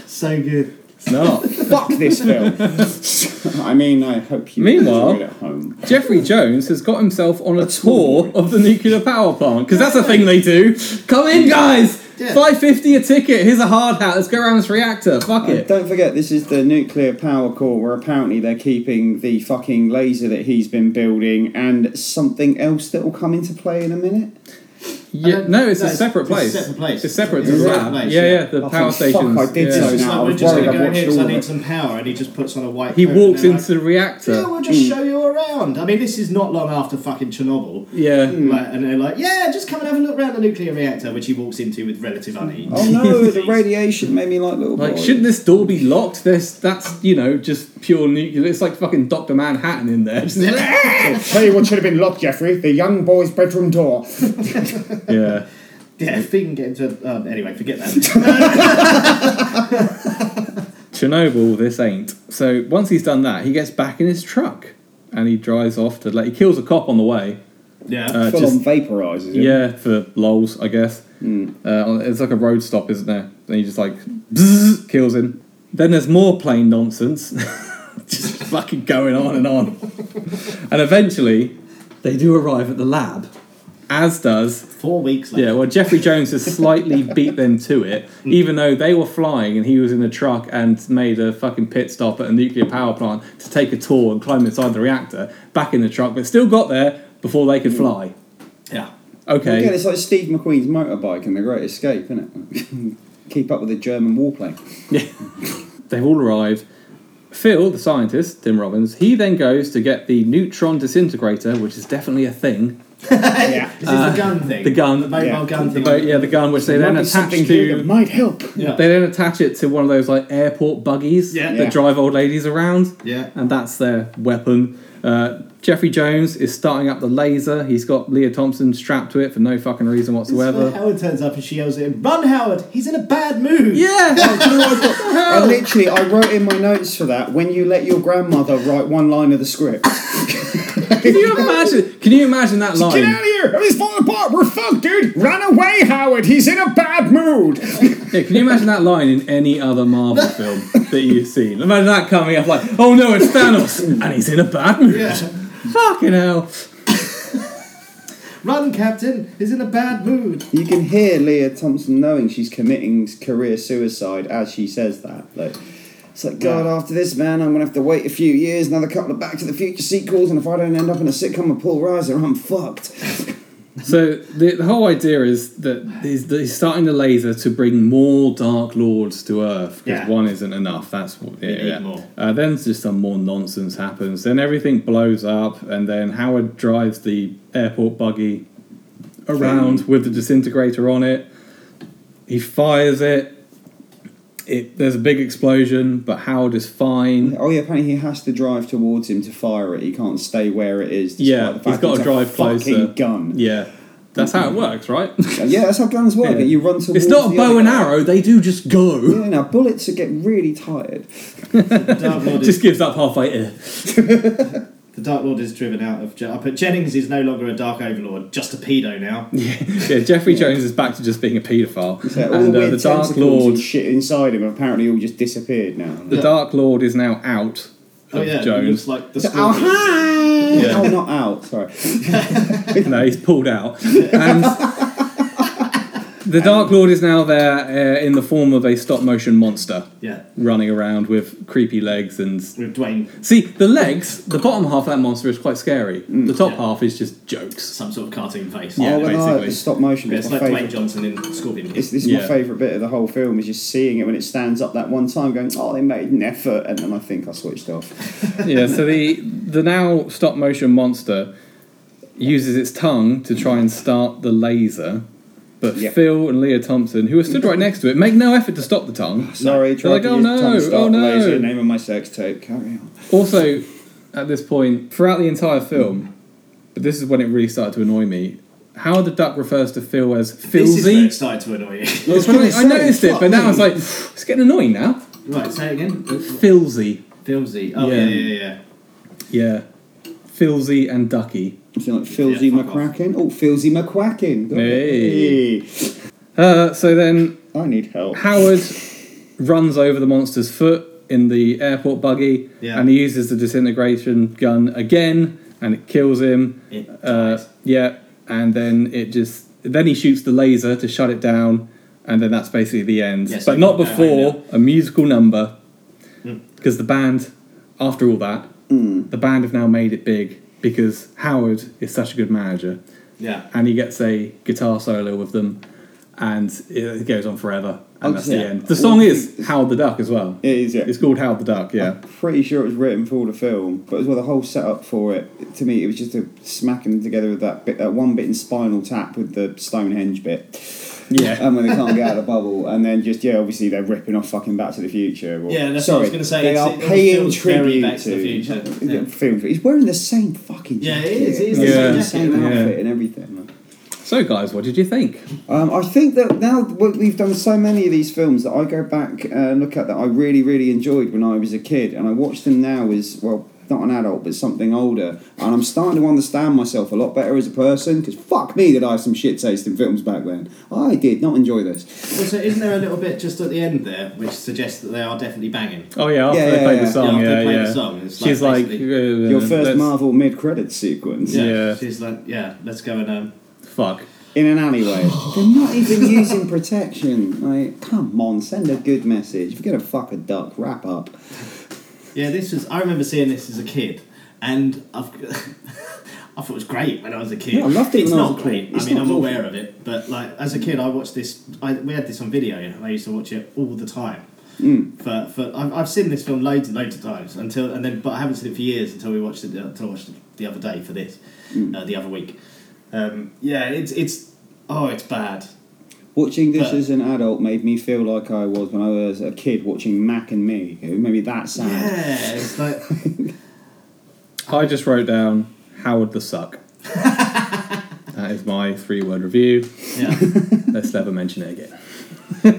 Speaker 6: So good.
Speaker 4: not.
Speaker 5: Fuck this film. I mean, I hope you
Speaker 4: Meanwhile-
Speaker 5: enjoyed it at home.
Speaker 4: Jeffrey Jones has got himself on a,
Speaker 5: tour.
Speaker 4: tour of the nuclear power plant because that's a thing they do. Come in, guys.
Speaker 6: Yeah.
Speaker 4: Five fifty a ticket. Here's a hard hat. Let's go around this reactor. Fuck
Speaker 5: And
Speaker 4: it.
Speaker 5: don't forget, this is the nuclear power core where apparently they're keeping the fucking laser that he's been building and something else that will come into play in a minute.
Speaker 4: Yeah,
Speaker 6: don't-
Speaker 4: no, it's
Speaker 6: no,
Speaker 4: a
Speaker 6: it's-
Speaker 4: separate
Speaker 6: it's a
Speaker 4: place.
Speaker 6: separate place.
Speaker 4: It's separate
Speaker 6: It's
Speaker 4: to
Speaker 5: a
Speaker 4: that.
Speaker 5: separate
Speaker 6: place,
Speaker 4: yeah,
Speaker 6: yeah.
Speaker 4: yeah, the
Speaker 5: Oh,
Speaker 4: power
Speaker 5: fuck,
Speaker 4: station.
Speaker 5: I did
Speaker 6: It's
Speaker 5: so
Speaker 6: just
Speaker 5: now.
Speaker 6: like,
Speaker 5: I
Speaker 6: we're
Speaker 5: was
Speaker 6: just
Speaker 5: worried
Speaker 6: gonna
Speaker 5: I've
Speaker 6: go in
Speaker 5: watched
Speaker 6: here because I
Speaker 5: all
Speaker 6: need
Speaker 5: of it.
Speaker 6: some power, and he just puts on a white.
Speaker 4: He
Speaker 6: coat and
Speaker 4: walks
Speaker 6: they're
Speaker 4: into the reactor.
Speaker 6: Like, yeah, we'll just show you around. I mean, this is not long after fucking Chernobyl.
Speaker 4: Yeah.
Speaker 6: Like, and they're like, yeah, just come and have a look around the nuclear reactor, which he walks into with relative unease.
Speaker 5: Oh no, the radiation made me like little
Speaker 4: Like,
Speaker 5: boy.
Speaker 4: shouldn't this door be locked? There's that's you know just pure nuclear. It's like fucking Doctor Manhattan in there. Just-
Speaker 5: Tell you what should have been locked, Jeffrey. The young boy's bedroom door.
Speaker 4: yeah.
Speaker 6: Yeah, if he can get into. Um, anyway, forget that.
Speaker 4: Chernobyl, this ain't. So once he's done that, he gets back in his truck and he drives off to like he kills a cop on the way.
Speaker 6: yeah.
Speaker 4: Uh,
Speaker 5: Full
Speaker 4: just-
Speaker 5: on vaporizes it.
Speaker 4: Yeah, for lols, I guess. Uh, it's like a road stop, isn't there? And he just like bzzz, kills him. Then there's more plane nonsense, just fucking going on and on. and eventually, they do arrive at the lab, as does
Speaker 6: Four weeks later.
Speaker 4: yeah. Well, Jeffrey Jones has slightly beat them to it, even though they were flying and he was in a truck and made a fucking pit stop at a nuclear power plant to take a tour and climb inside the reactor, back in the truck, but still got there before they could fly.
Speaker 6: Yeah.
Speaker 4: Okay.
Speaker 5: Again, it's like Steve McQueen's motorbike in The Great Escape, isn't it? Keep up with the German warplane.
Speaker 4: They've all arrived. Phil, the scientist, Tim Robbins, he then goes to get the neutron disintegrator, which is definitely a thing.
Speaker 5: Yeah.
Speaker 6: This is the gun thing.
Speaker 4: the gun,
Speaker 6: The mobile
Speaker 5: yeah.
Speaker 6: gun
Speaker 4: The
Speaker 6: thing.
Speaker 4: boat, Uh, yeah, the gun, which they then attach to.
Speaker 5: might help.
Speaker 6: Yeah.
Speaker 4: They then attach it to one of those like airport buggies
Speaker 6: Yeah.
Speaker 4: that
Speaker 5: Yeah.
Speaker 4: drive old ladies around.
Speaker 6: Yeah.
Speaker 4: and that's their weapon. Uh, Jeffrey Jones is starting up the laser. He's got Leah Thompson strapped to it for no fucking reason
Speaker 6: Where
Speaker 4: whatsoever.
Speaker 6: Howard turns up and she yells at him, Run, Howard! He's in a bad mood!
Speaker 4: Yeah,
Speaker 5: I literally, I wrote in my notes for that when you let your grandmother write one line of the script.
Speaker 4: can you imagine? Can you imagine that line?
Speaker 5: here! Everything's falling apart! We're fucked, dude! Run away, Howard! He's in a bad mood!
Speaker 4: Yeah, can you imagine that line in any other Marvel film that you've seen? Imagine that coming up like, oh no, it's Thanos, and he's in a bad mood. Fucking hell.
Speaker 6: Run, Captain! He's in a bad mood!
Speaker 5: You can hear Leah Thompson knowing she's committing career suicide as she says that. Like, it's like, God, after this, man, I'm gonna have to wait a few years, another couple of Back to the Future sequels, and if I don't end up in a sitcom with Paul Reiser, I'm fucked.
Speaker 4: So the, the whole idea is that he's, that he's starting the laser to bring more Dark Lords to Earth because
Speaker 6: Yeah.
Speaker 4: one isn't enough. That's what. Yeah,
Speaker 6: need
Speaker 4: yeah.
Speaker 6: more.
Speaker 4: Uh, then just some more nonsense happens. Then everything blows up, and then Howard drives the airport buggy around with the disintegrator on it. He fires it. It there's a big explosion, but Howard is fine.
Speaker 5: Oh yeah, apparently he has to drive towards him to fire it. He can't stay where it is. despite
Speaker 4: Yeah,
Speaker 5: the fact
Speaker 4: he's got
Speaker 5: it's
Speaker 4: to
Speaker 5: a
Speaker 4: drive
Speaker 5: fucking
Speaker 4: closer.
Speaker 5: Gun.
Speaker 4: Yeah, that's
Speaker 6: Mm-hmm.
Speaker 4: how it works, right?
Speaker 5: Yeah, that's how guns work.
Speaker 4: Yeah.
Speaker 5: You run towards.
Speaker 4: It's not a
Speaker 5: the other
Speaker 4: bow and
Speaker 5: guy.
Speaker 4: arrow; they do just go.
Speaker 5: Yeah, now bullets get really tired.
Speaker 6: The Dark Lord is,
Speaker 4: Just gives up halfway. eh.
Speaker 6: the Dark Lord is driven out of. Je- I put Jennings is no longer a Dark Overlord, just a pedo now.
Speaker 4: Yeah, Jeffrey Jones is back to just being a paedophile,
Speaker 5: So all
Speaker 4: and
Speaker 5: the,
Speaker 4: uh,
Speaker 5: weird
Speaker 4: the Dark
Speaker 5: "Oh, tentacles and
Speaker 4: Lord,
Speaker 5: shit inside him apparently all just disappeared now.
Speaker 4: the Dark Lord is now out
Speaker 6: Oh,
Speaker 4: of
Speaker 6: yeah, it looks
Speaker 4: Jones.
Speaker 6: like the
Speaker 5: Oh
Speaker 6: Scorpion.
Speaker 5: hi!
Speaker 4: Yeah.
Speaker 5: Oh, not out. Sorry.
Speaker 4: no, he's pulled out, and the Dark Lord is now there uh, in the form of a stop motion monster.
Speaker 6: Yeah,
Speaker 4: Running around with creepy legs and
Speaker 6: with Dwayne,
Speaker 4: see the legs. The bottom half of that monster is quite scary.
Speaker 5: Mm.
Speaker 4: The top half is just jokes.
Speaker 6: some sort of cartoon face.
Speaker 4: Yeah.
Speaker 5: oh, when I like
Speaker 4: basically.
Speaker 5: the stop motion,
Speaker 6: Yeah,
Speaker 5: it's
Speaker 6: it's
Speaker 5: my
Speaker 6: like Dwayne
Speaker 5: favorite.
Speaker 6: Johnson in Scorpion King.
Speaker 5: This, this is
Speaker 4: Yeah.
Speaker 5: my favorite bit of the whole film is just seeing it when it stands up that one time, going, "Oh, they made an effort," and then I think I switched off.
Speaker 4: yeah. So the the now stop motion monster uses its tongue to try and start the laser, but
Speaker 5: Yep.
Speaker 4: Phil and Leah Thompson, who are stood right next to it, make no effort to stop the tongue.
Speaker 5: Sorry,
Speaker 4: They're
Speaker 5: tried
Speaker 4: like,
Speaker 5: to
Speaker 4: "Oh,
Speaker 5: use
Speaker 4: no,
Speaker 5: tongue to start
Speaker 4: oh,
Speaker 5: the
Speaker 4: no."
Speaker 5: laser, name of my sex tape. Carry on.
Speaker 4: Also, at this point, throughout the entire film, but this is when it really started to annoy me. Howard the Duck refers to Phil as
Speaker 6: This is where it
Speaker 4: Philzy.
Speaker 6: started to annoy you.
Speaker 4: It's when I, I
Speaker 5: Fuck
Speaker 4: noticed it,
Speaker 5: me.
Speaker 4: but now I was like, it's getting annoying now.
Speaker 6: right, say it again.
Speaker 4: Philzy.
Speaker 6: Filmsy. Oh, yeah,
Speaker 4: Yeah.
Speaker 6: yeah, yeah. yeah.
Speaker 4: Yeah. Philzy and Ducky.
Speaker 5: Is it like Philzy
Speaker 6: Yeah, fuck off.
Speaker 5: McCracken? Oh, Philzy McQuacken. Got
Speaker 4: Hey.
Speaker 5: it. Hey.
Speaker 4: Uh, so then
Speaker 5: I need help.
Speaker 4: Howard runs over the monster's foot in the airport buggy,
Speaker 6: Yeah.
Speaker 4: and he uses the disintegration gun again, and it kills him.
Speaker 6: It
Speaker 4: Uh,
Speaker 6: dies.
Speaker 4: yeah, and then it just then he shoots the laser to shut it down, and then that's basically the end.
Speaker 6: Yes,
Speaker 4: but
Speaker 6: I
Speaker 4: not
Speaker 6: know, I
Speaker 4: before
Speaker 6: know.
Speaker 4: a musical number,
Speaker 6: Hmm.
Speaker 4: because the band, after all that, the band have now made it big because Howard is such a good manager,
Speaker 6: Yeah.
Speaker 4: and he gets a guitar solo with them, and it goes on forever. And
Speaker 5: Oh,
Speaker 4: that's
Speaker 5: yeah.
Speaker 4: the end. The song
Speaker 5: All
Speaker 4: is Howard the Duck as well.
Speaker 5: It is, yeah. Oh.
Speaker 4: It's called Howard the Duck, yeah.
Speaker 5: Pretty sure it was written for the film, but as well the whole setup for it. To me, it was just a smacking them together with that bit, that one bit in Spinal Tap with the Stonehenge bit.
Speaker 4: Yeah.
Speaker 5: and when they can't get out of the bubble, and then just yeah, obviously they're ripping off fucking Back to the Future. Or,
Speaker 6: Yeah, that's
Speaker 5: sorry,
Speaker 6: what I was gonna say.
Speaker 5: They
Speaker 6: It's-
Speaker 5: are
Speaker 6: it all
Speaker 5: paying
Speaker 6: feels very
Speaker 5: tribute
Speaker 6: Back to
Speaker 5: to
Speaker 6: the Future.
Speaker 5: Yeah,
Speaker 6: Yeah.
Speaker 5: film. He's wearing the same fucking
Speaker 6: Yeah, it
Speaker 5: jacket.
Speaker 6: is, it is
Speaker 5: Like,
Speaker 4: the same
Speaker 5: the
Speaker 6: jacket,
Speaker 5: same
Speaker 4: yeah.
Speaker 5: outfit and everything.
Speaker 4: so, guys, what did you think?
Speaker 5: Um, I think that now we- we've done so many of these films that I go back and look at that I really, really enjoyed when I was a kid, and I watch them now as well, not an adult, but something older, and I'm starting to understand myself a lot better as a person because fuck me, did I have some shit taste in films back then. I did not enjoy this.
Speaker 6: Also, isn't there a little bit just at the end there which suggests that they are definitely banging?
Speaker 4: Oh yeah, after
Speaker 5: Yeah,
Speaker 4: they
Speaker 5: yeah,
Speaker 4: played
Speaker 5: yeah.
Speaker 4: the song,
Speaker 6: Yeah,
Speaker 4: yeah,
Speaker 6: after
Speaker 4: yeah.
Speaker 6: they played the song, it's like
Speaker 4: She's like,
Speaker 6: basically-
Speaker 4: uh,
Speaker 5: Your 1st
Speaker 4: let's-
Speaker 5: Marvel mid credit sequence
Speaker 4: Yeah.
Speaker 6: She's like, yeah, let's go and um,
Speaker 4: Fuck.
Speaker 5: in an alleyway. They're not even using protection. Like, come on, send a good message. If you're gonna fuck a duck, wrap up.
Speaker 6: Yeah, this was. I remember seeing this as a kid, and I've. I thought it was great when I was a kid.
Speaker 5: Yeah, I loved it
Speaker 6: It's
Speaker 5: when I was
Speaker 6: not
Speaker 5: a
Speaker 6: great.
Speaker 5: kid. It's
Speaker 6: I mean,
Speaker 5: not
Speaker 6: I'm
Speaker 5: awful.
Speaker 6: aware of it, but like as a kid, I watched this. I, we had this on video, and I used to watch it all the time.
Speaker 5: Mm.
Speaker 6: For, for I've, I've seen this film loads and loads of times until and then, but I haven't seen it for years until we watched it until I watched it the other day for this,
Speaker 5: Mm.
Speaker 6: uh, the other week. Um, yeah, it's it's oh, it's bad.
Speaker 5: Watching this
Speaker 6: But-
Speaker 5: as an adult made me feel like I was when I was a kid watching Mac and Me. It made me that sad.
Speaker 6: Yeah, it's like
Speaker 4: I just wrote down Howard the Suck. that is my three-word review.
Speaker 6: yeah,
Speaker 4: Let's never mention it again.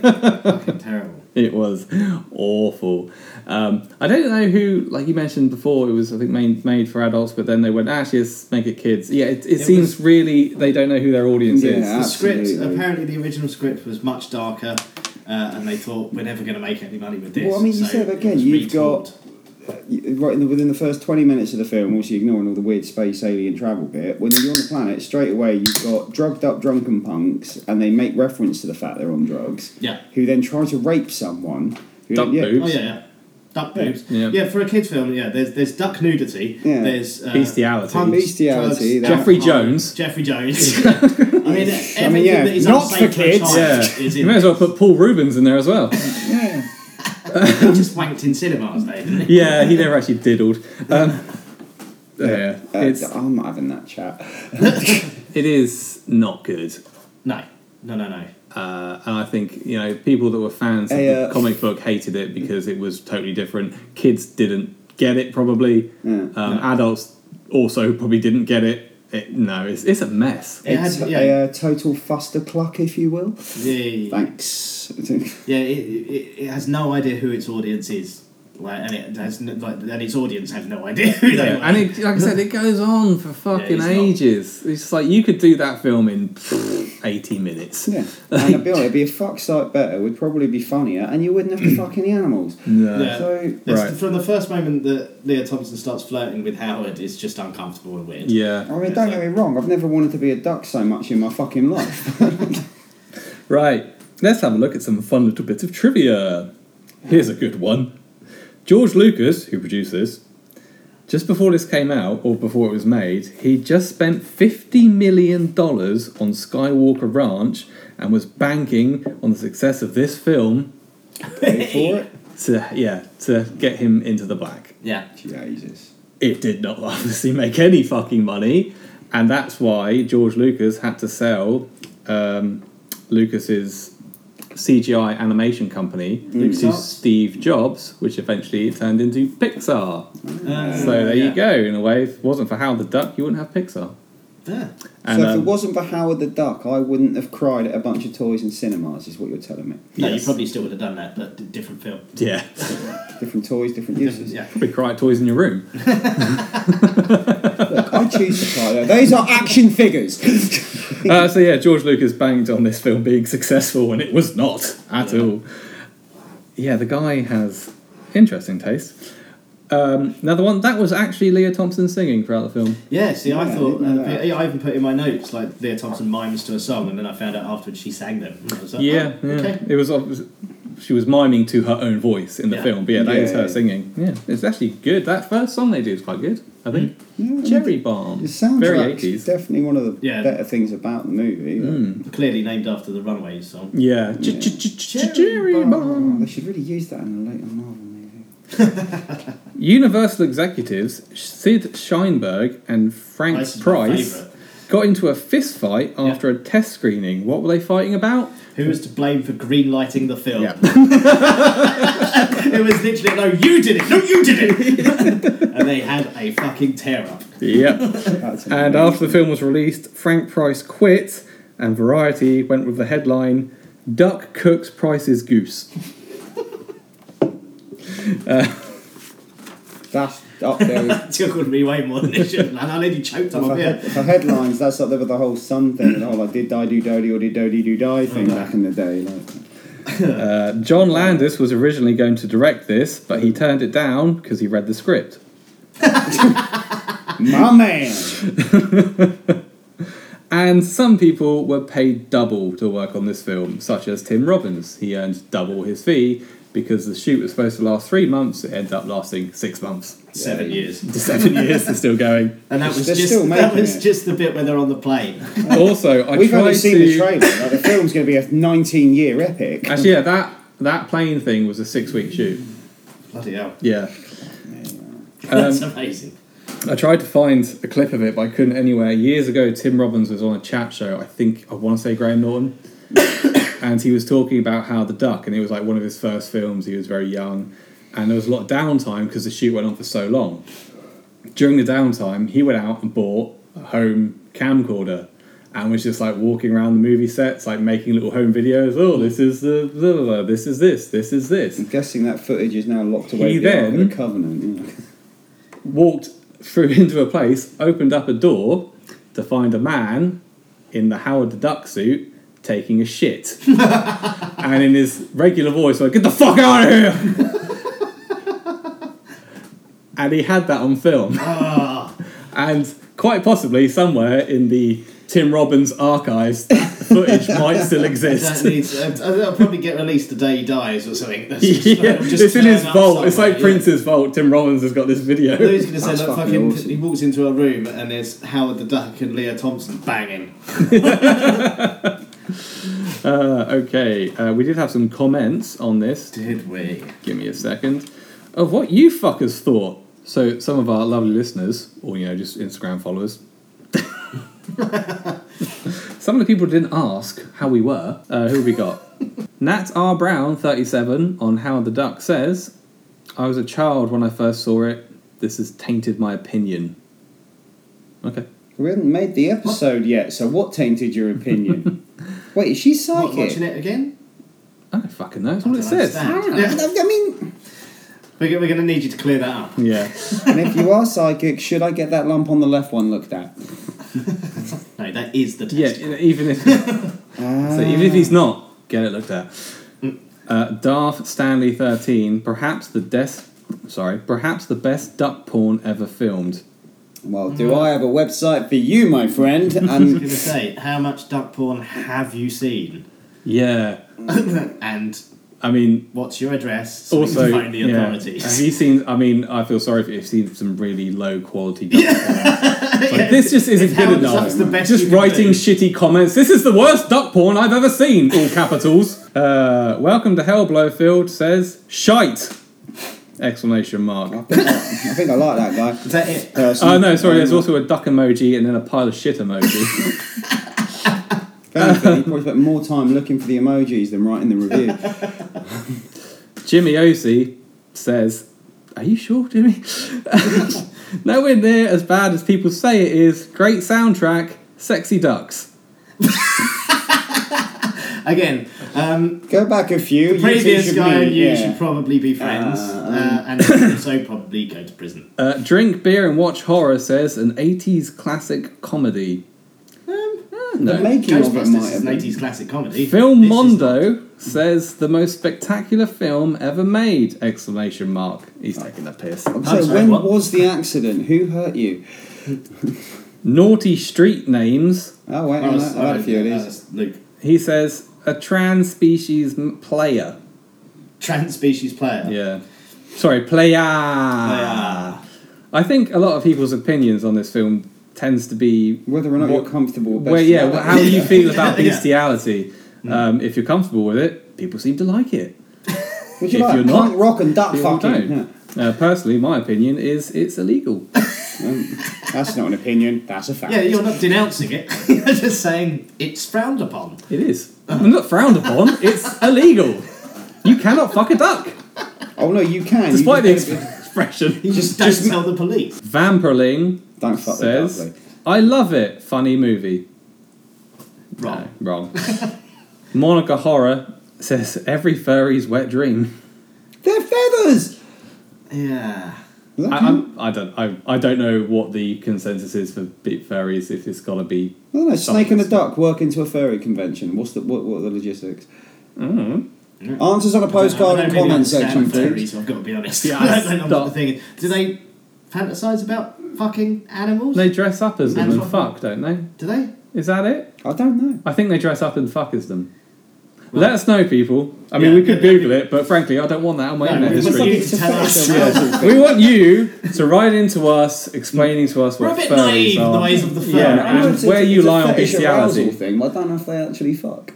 Speaker 6: fucking terrible.
Speaker 4: It was awful. Um, I don't know who, like you mentioned before, it was I think made, made for adults, but then they went actually let's make it kids. Yeah, it, it,
Speaker 6: It
Speaker 4: seems
Speaker 6: was-
Speaker 4: really they don't know who their audience
Speaker 5: Yeah.
Speaker 6: the
Speaker 4: is.
Speaker 6: script
Speaker 5: Absolutely.
Speaker 6: apparently the original script was much darker uh, and they thought we're never going to make any money with this
Speaker 5: Well, I mean, you
Speaker 6: so
Speaker 5: said
Speaker 6: it
Speaker 5: again,
Speaker 6: was
Speaker 5: you've
Speaker 6: retooled.
Speaker 5: got- You- Right in the, within the first twenty minutes of the film, obviously ignoring all the weird space alien travel bit. When you're on the planet, straight away you've got drugged up drunken punks, and they make reference to the fact they're on drugs.
Speaker 6: Yeah.
Speaker 5: Who then try to rape someone. Who
Speaker 4: Duck
Speaker 5: then- yeah,
Speaker 4: boobs.
Speaker 6: oh yeah yeah duck boobs
Speaker 4: Yeah.
Speaker 6: yeah. for a kids film yeah there's there's duck nudity
Speaker 5: Yeah.
Speaker 6: there's uh,
Speaker 4: Bestiality.
Speaker 6: punks,
Speaker 5: Bestiality,
Speaker 6: drugs,
Speaker 5: that-
Speaker 4: Jeffrey
Speaker 6: alcohol.
Speaker 4: Jones.
Speaker 6: Jeffrey Jones I mean everything
Speaker 5: yeah,
Speaker 6: that is
Speaker 5: not
Speaker 6: unsafe
Speaker 5: for
Speaker 6: a
Speaker 5: kids.
Speaker 4: Yeah,
Speaker 6: child is
Speaker 4: you
Speaker 6: in
Speaker 4: may as well put Paul Rubens in there as well.
Speaker 5: yeah.
Speaker 6: they just wanked in cinemas though didn't they
Speaker 4: yeah, he never actually diddled. Um, yeah,
Speaker 5: Uh,
Speaker 4: it's
Speaker 5: I'm not having that chat.
Speaker 4: it is not good.
Speaker 6: no no no no
Speaker 4: Uh, and I think you know people that were fans of
Speaker 5: Hey,
Speaker 4: the
Speaker 5: uh,
Speaker 4: comic book hated it because it was totally different. Kids didn't get it probably. um, Adults also probably didn't get it. it no, it's, it's a mess.
Speaker 6: it
Speaker 5: It's
Speaker 6: had,
Speaker 5: a
Speaker 6: yeah,
Speaker 5: uh, total fuster cluck, if you will.
Speaker 6: yeah,
Speaker 5: Thanks.
Speaker 6: Yeah, it, it, it has no idea who its audience is. Like, and it has no, like, and its audience have no idea who they
Speaker 4: Yeah,
Speaker 6: are.
Speaker 4: and it, like I said, it goes on for fucking
Speaker 6: it's not.
Speaker 4: ages. It's just like you could do that film in pff, eighty minutes.
Speaker 5: Yeah, and I'll be honest, it'd be a fuck sight better. Would probably be funnier, and you wouldn't have to fuck any animals.
Speaker 4: No.
Speaker 6: yeah.
Speaker 5: So
Speaker 6: It's-
Speaker 4: Right.
Speaker 6: From the first moment that Leah Thompson starts flirting with Howard, it's just uncomfortable and weird.
Speaker 5: I
Speaker 4: yeah.
Speaker 5: mean, don't get me wrong. I've never wanted to be a duck so much in my fucking life.
Speaker 4: Right, let's have a look at some fun little bits of trivia. Here's a good one. George Lucas, who produced this, just before this came out, or before it was made, he just spent $50 million on Skywalker Ranch and was banking on the success of this film
Speaker 5: Pay for it.
Speaker 4: to, yeah, to get him into the black.
Speaker 6: Yeah.
Speaker 5: Jesus.
Speaker 4: It did not obviously make any fucking money, and that's why George Lucas had to sell um, Lucas's CGI animation company to
Speaker 6: Lucasarts?
Speaker 4: Steve Jobs, which eventually turned into Pixar.
Speaker 6: Uh,
Speaker 4: so there you go. In a way, if it wasn't for Howard the Duck, you wouldn't have Pixar.
Speaker 6: Yeah.
Speaker 4: And,
Speaker 5: so if it
Speaker 4: um,
Speaker 5: wasn't for Howard the Duck, I wouldn't have cried at a bunch of toys in cinemas. Is what you're telling me?
Speaker 6: No,
Speaker 4: Yes.
Speaker 6: you probably still would have done that, but d- different film.
Speaker 4: yeah,
Speaker 5: Different toys, different uses.
Speaker 6: Yeah.
Speaker 4: probably cry at toys in your room.
Speaker 5: I choose to cry. Though. Those are action figures.
Speaker 4: uh, so yeah, George Lucas banked on this film being successful, and it was not at all. Yeah, the guy has Interesting taste. Um, another one that was actually Leah Thompson singing throughout the film.
Speaker 6: Yeah, see,
Speaker 5: Yeah,
Speaker 6: I
Speaker 5: I
Speaker 6: thought
Speaker 5: didn't know
Speaker 6: uh, I even put in my notes like Leah Thompson mimes to a song, and then I found out afterwards she sang them. And I was like,
Speaker 4: Yeah,
Speaker 6: oh,
Speaker 4: yeah.
Speaker 6: okay.
Speaker 4: it was. obvious- She was miming to her own voice in the
Speaker 6: Yeah.
Speaker 4: film, but yeah, that is
Speaker 5: Yeah.
Speaker 4: her singing. Yeah, it's actually good. That first song they do is quite good. I think Cherry Bomb.
Speaker 5: The soundtrack's
Speaker 4: very eighties. Mm.
Speaker 5: definitely one of the
Speaker 6: Yeah.
Speaker 5: better things about the movie.
Speaker 6: Clearly named after the Runaways song.
Speaker 4: Yeah, Ch- ch- ch- ch- Cherry Bomb.
Speaker 5: Oh, they should really use that in a later Marvel movie.
Speaker 4: Universal executives Sid Sheinberg and Frank
Speaker 6: Price is my
Speaker 4: Price
Speaker 6: favourite.
Speaker 4: got into a fist fight after a test screening. What were they fighting about?
Speaker 6: Who was to blame for green lighting the film?
Speaker 4: Yeah.
Speaker 6: it was literally no, you did it, no, you did it, and they had a fucking tear up.
Speaker 4: Yep.
Speaker 5: That's
Speaker 4: and
Speaker 5: amazing.
Speaker 4: after the film was released, Frank Price quit, and Variety went with the headline Duck Cooks Price's Goose.
Speaker 5: that's up there. With,
Speaker 6: That tickled me way more than it should. And I nearly choked on
Speaker 5: for,
Speaker 6: my
Speaker 5: head,
Speaker 6: beer.
Speaker 5: for headlines, that's up there with the whole sun thing. The whole like did I do dodie or did dodie do die thing back in the day. Like,
Speaker 4: Uh, John Landis was originally going to direct this, but he turned it down because he read the script.
Speaker 5: my man.
Speaker 4: And some people were paid double to work on this film, such as Tim Robbins. He earned double his fee because the shoot was supposed to last three months, it ended up lasting six months.
Speaker 6: Seven years.
Speaker 4: The seven years is still going.
Speaker 6: And that was
Speaker 5: They're
Speaker 6: just
Speaker 5: still
Speaker 6: that
Speaker 5: making
Speaker 6: was
Speaker 5: it.
Speaker 6: just the bit where they're on the plane.
Speaker 4: Also, I
Speaker 5: We've
Speaker 4: tried
Speaker 5: only seen
Speaker 4: to...
Speaker 5: the trailer. Like, the film's going to be a 19 year epic.
Speaker 4: Actually, yeah, that that plane thing was a six-week shoot.
Speaker 6: Bloody hell.
Speaker 4: Yeah, Um,
Speaker 6: That's amazing.
Speaker 4: I tried to find a clip of it, but I couldn't anywhere. Years ago, Tim Robbins was on a chat show. I think I want to say Graham Norton, and he was talking about how the Duck, and it was like one of his first films. He was very young, and there was a lot of downtime because the shoot went on for so long. During the downtime, he went out and bought a home camcorder. And was just like walking around the movie sets, like making little home videos. Oh, this is the blah, blah, blah, this is this, this is this.
Speaker 5: I'm guessing that footage is now locked away
Speaker 4: He
Speaker 5: in the Ark of
Speaker 4: then-
Speaker 5: the Covenant. Yeah.
Speaker 4: walked through into a place, opened up a door to find a man in the Howard the Duck suit taking a shit. and in his regular voice, like, get the fuck out of here! and he had that on film.
Speaker 6: Ah.
Speaker 4: and quite possibly somewhere in the Tim Robbins archives, that footage might still
Speaker 6: That
Speaker 4: exist.
Speaker 6: needs. uh, That'll probably get released the day he dies or something. That's just like-
Speaker 4: yeah,
Speaker 6: just
Speaker 4: it's in his
Speaker 6: turn up
Speaker 4: vault. It's
Speaker 6: somewhere,
Speaker 4: like
Speaker 6: yeah.
Speaker 4: Prince's vault. Tim Robbins has got this video.
Speaker 6: Louis gonna say,
Speaker 5: That's
Speaker 6: look,
Speaker 5: fucking
Speaker 6: fucking,
Speaker 5: awesome.
Speaker 6: he walks into a room and there's Howard the Duck and Leah Thompson banging.
Speaker 4: Uh, okay, uh, we did have some comments on this.
Speaker 6: Did we?
Speaker 4: Give me a second. Of what you fuckers thought. So, some of our lovely listeners, or you know, just Instagram followers, some of the people didn't ask how we were. Uh, who have we got? Nat R. Brown, 37, on How the Duck says, I was a child when I first saw it. This has tainted my opinion. Okay.
Speaker 5: We haven't made the episode yet, so what tainted your opinion? Wait, is she
Speaker 6: What,
Speaker 5: psychic?
Speaker 6: watching it again?
Speaker 4: I don't fucking know. That's what it
Speaker 6: Don't
Speaker 4: says.
Speaker 6: understand.
Speaker 5: I, I mean,
Speaker 6: We're, go- we're going to need you to clear that up.
Speaker 4: Yeah.
Speaker 5: and if you are psychic, should I get that lump on the left one looked at?
Speaker 6: No, that is the
Speaker 4: Yeah,
Speaker 6: test.
Speaker 4: even if. So even if he's not, get it looked at. Uh, Darth Stanley thirteen, perhaps the des- sorry, perhaps the best duck porn ever filmed.
Speaker 5: Well, do
Speaker 4: Mm.
Speaker 5: I have a website for you, my friend?
Speaker 6: I
Speaker 5: And
Speaker 6: was going to say, how much duck porn have you seen?
Speaker 4: Yeah,
Speaker 6: and
Speaker 4: I mean,
Speaker 6: what's your address? So we can
Speaker 4: also
Speaker 6: find the
Speaker 4: yeah.
Speaker 6: authorities.
Speaker 4: Have you seen? I mean, I feel sorry if you've seen some really low quality. Duck porn. It's like, this just isn't
Speaker 6: Howard
Speaker 4: good
Speaker 6: the Duck's
Speaker 4: enough.
Speaker 6: the best
Speaker 4: Just
Speaker 6: you can
Speaker 4: writing
Speaker 6: do.
Speaker 4: shitty comments. This is the worst duck porn I've ever seen. All capitals. Uh, welcome to hell. Blowfield says shite! Exclamation mark.
Speaker 5: I think I like that guy.
Speaker 6: Is that it?
Speaker 5: Personally,
Speaker 4: Oh no, sorry. There's also a duck emoji and then a pile of shit emoji.
Speaker 5: if anything, he probably spent more time looking for the emojis than writing the review.
Speaker 4: Jimmy Osi says, "Are you sure, Jimmy? Nowhere near as bad as people say it is. Great soundtrack, sexy ducks.
Speaker 6: Again, um,
Speaker 5: Go back a few. you two
Speaker 6: previous
Speaker 5: should
Speaker 6: guy
Speaker 5: meet,
Speaker 6: and you
Speaker 5: yeah. um,
Speaker 6: should probably be friends, uh, and also probably go to prison.
Speaker 4: Uh, drink beer and watch horror." Says an '80s classic comedy. Um, don't know.
Speaker 5: The making of it might
Speaker 6: Ghostbusters is
Speaker 5: have
Speaker 6: an
Speaker 5: been.
Speaker 6: 80s classic comedy.
Speaker 4: Phil
Speaker 6: This is
Speaker 4: Mondo says the most spectacular film ever made! Exclamation mark. He's taking the piss.
Speaker 5: So
Speaker 6: sorry,
Speaker 5: when
Speaker 6: what?
Speaker 5: was the accident? Who hurt you?
Speaker 4: Naughty street names.
Speaker 5: Oh wait,
Speaker 6: not-
Speaker 5: I've
Speaker 6: Oh, that's-
Speaker 5: had- I've had a few of
Speaker 6: oh,
Speaker 5: these.
Speaker 6: that's Luke.
Speaker 4: He says a trans species m- player.
Speaker 6: Trans species player. Uh,
Speaker 4: Yeah. Sorry, player.
Speaker 6: Player.
Speaker 4: I think a lot of people's opinions on this film tends to be
Speaker 5: Whether or not
Speaker 4: what-
Speaker 5: you're comfortable.
Speaker 4: Well, yeah, well, how do you feel about
Speaker 6: Yeah. Mm.
Speaker 4: bestiality? Um, if you're comfortable with it, people seem to like it.
Speaker 6: Ah,
Speaker 5: Would you
Speaker 4: if
Speaker 5: like
Speaker 4: you're
Speaker 5: punk
Speaker 4: not,
Speaker 5: rock and duck
Speaker 4: People
Speaker 5: fucking? Yeah.
Speaker 4: don't. Uh, personally, my opinion is it's illegal.
Speaker 5: That's not an opinion. That's a fact.
Speaker 6: Yeah, you're not denouncing it. you're just saying it's frowned upon.
Speaker 4: It is. I'm not frowned upon. It's illegal. You cannot fuck a duck,
Speaker 5: Oh no, you can.
Speaker 4: despite the
Speaker 5: you just-
Speaker 4: expression.
Speaker 6: You just don't tell the police.
Speaker 4: Vamperling
Speaker 5: Don't fuck the duck,
Speaker 4: says,
Speaker 5: Lee.
Speaker 4: "I love it. Funny movie."
Speaker 6: Wrong.
Speaker 4: No, wrong. Monica Horror says, "Every furry's wet dream."
Speaker 5: They're feathers.
Speaker 6: Yeah.
Speaker 5: Does that
Speaker 4: I,
Speaker 5: count?
Speaker 4: I'm, I don't. I, I don't know what the consensus is for bit furries. If it's got to be
Speaker 5: Oh, No, no, snake and a
Speaker 4: Something's-
Speaker 5: duck work into a furry convention. What's the what? What are the logistics? Answers on a postcard
Speaker 6: Mm-hmm. I
Speaker 5: and
Speaker 6: don't really
Speaker 5: comment section,
Speaker 6: understand
Speaker 5: please.
Speaker 6: fairies, I've got to be honest.
Speaker 4: Yeah,
Speaker 6: I don't know what the
Speaker 4: stop.
Speaker 6: thing is. Do they fantasize about fucking animals?
Speaker 4: they dress up as them
Speaker 6: And
Speaker 4: and
Speaker 6: fuck.
Speaker 4: fuck, don't they?
Speaker 6: Do they?
Speaker 4: Is that it?
Speaker 5: I don't know.
Speaker 4: I think they dress up and fuck as them. Let us know, people. I mean,
Speaker 6: Yeah.
Speaker 4: we could Google it, but frankly, I don't want that on my
Speaker 6: No,
Speaker 4: internet
Speaker 6: we-
Speaker 5: It's
Speaker 6: Mystery.
Speaker 5: like
Speaker 4: history.
Speaker 5: it's a
Speaker 6: Tell us.
Speaker 5: furry.
Speaker 4: We want you to write into us, explaining to us
Speaker 6: We're a
Speaker 4: what
Speaker 6: bit
Speaker 4: furries
Speaker 6: naive in
Speaker 4: are.
Speaker 6: the ways of the fur.
Speaker 4: Yeah,
Speaker 5: I know
Speaker 4: and
Speaker 5: it's-
Speaker 4: where
Speaker 5: it's-
Speaker 4: you
Speaker 5: it's a
Speaker 4: lie on
Speaker 5: fetish arousal
Speaker 4: bestiality.
Speaker 5: thing. but I don't know if they actually fuck.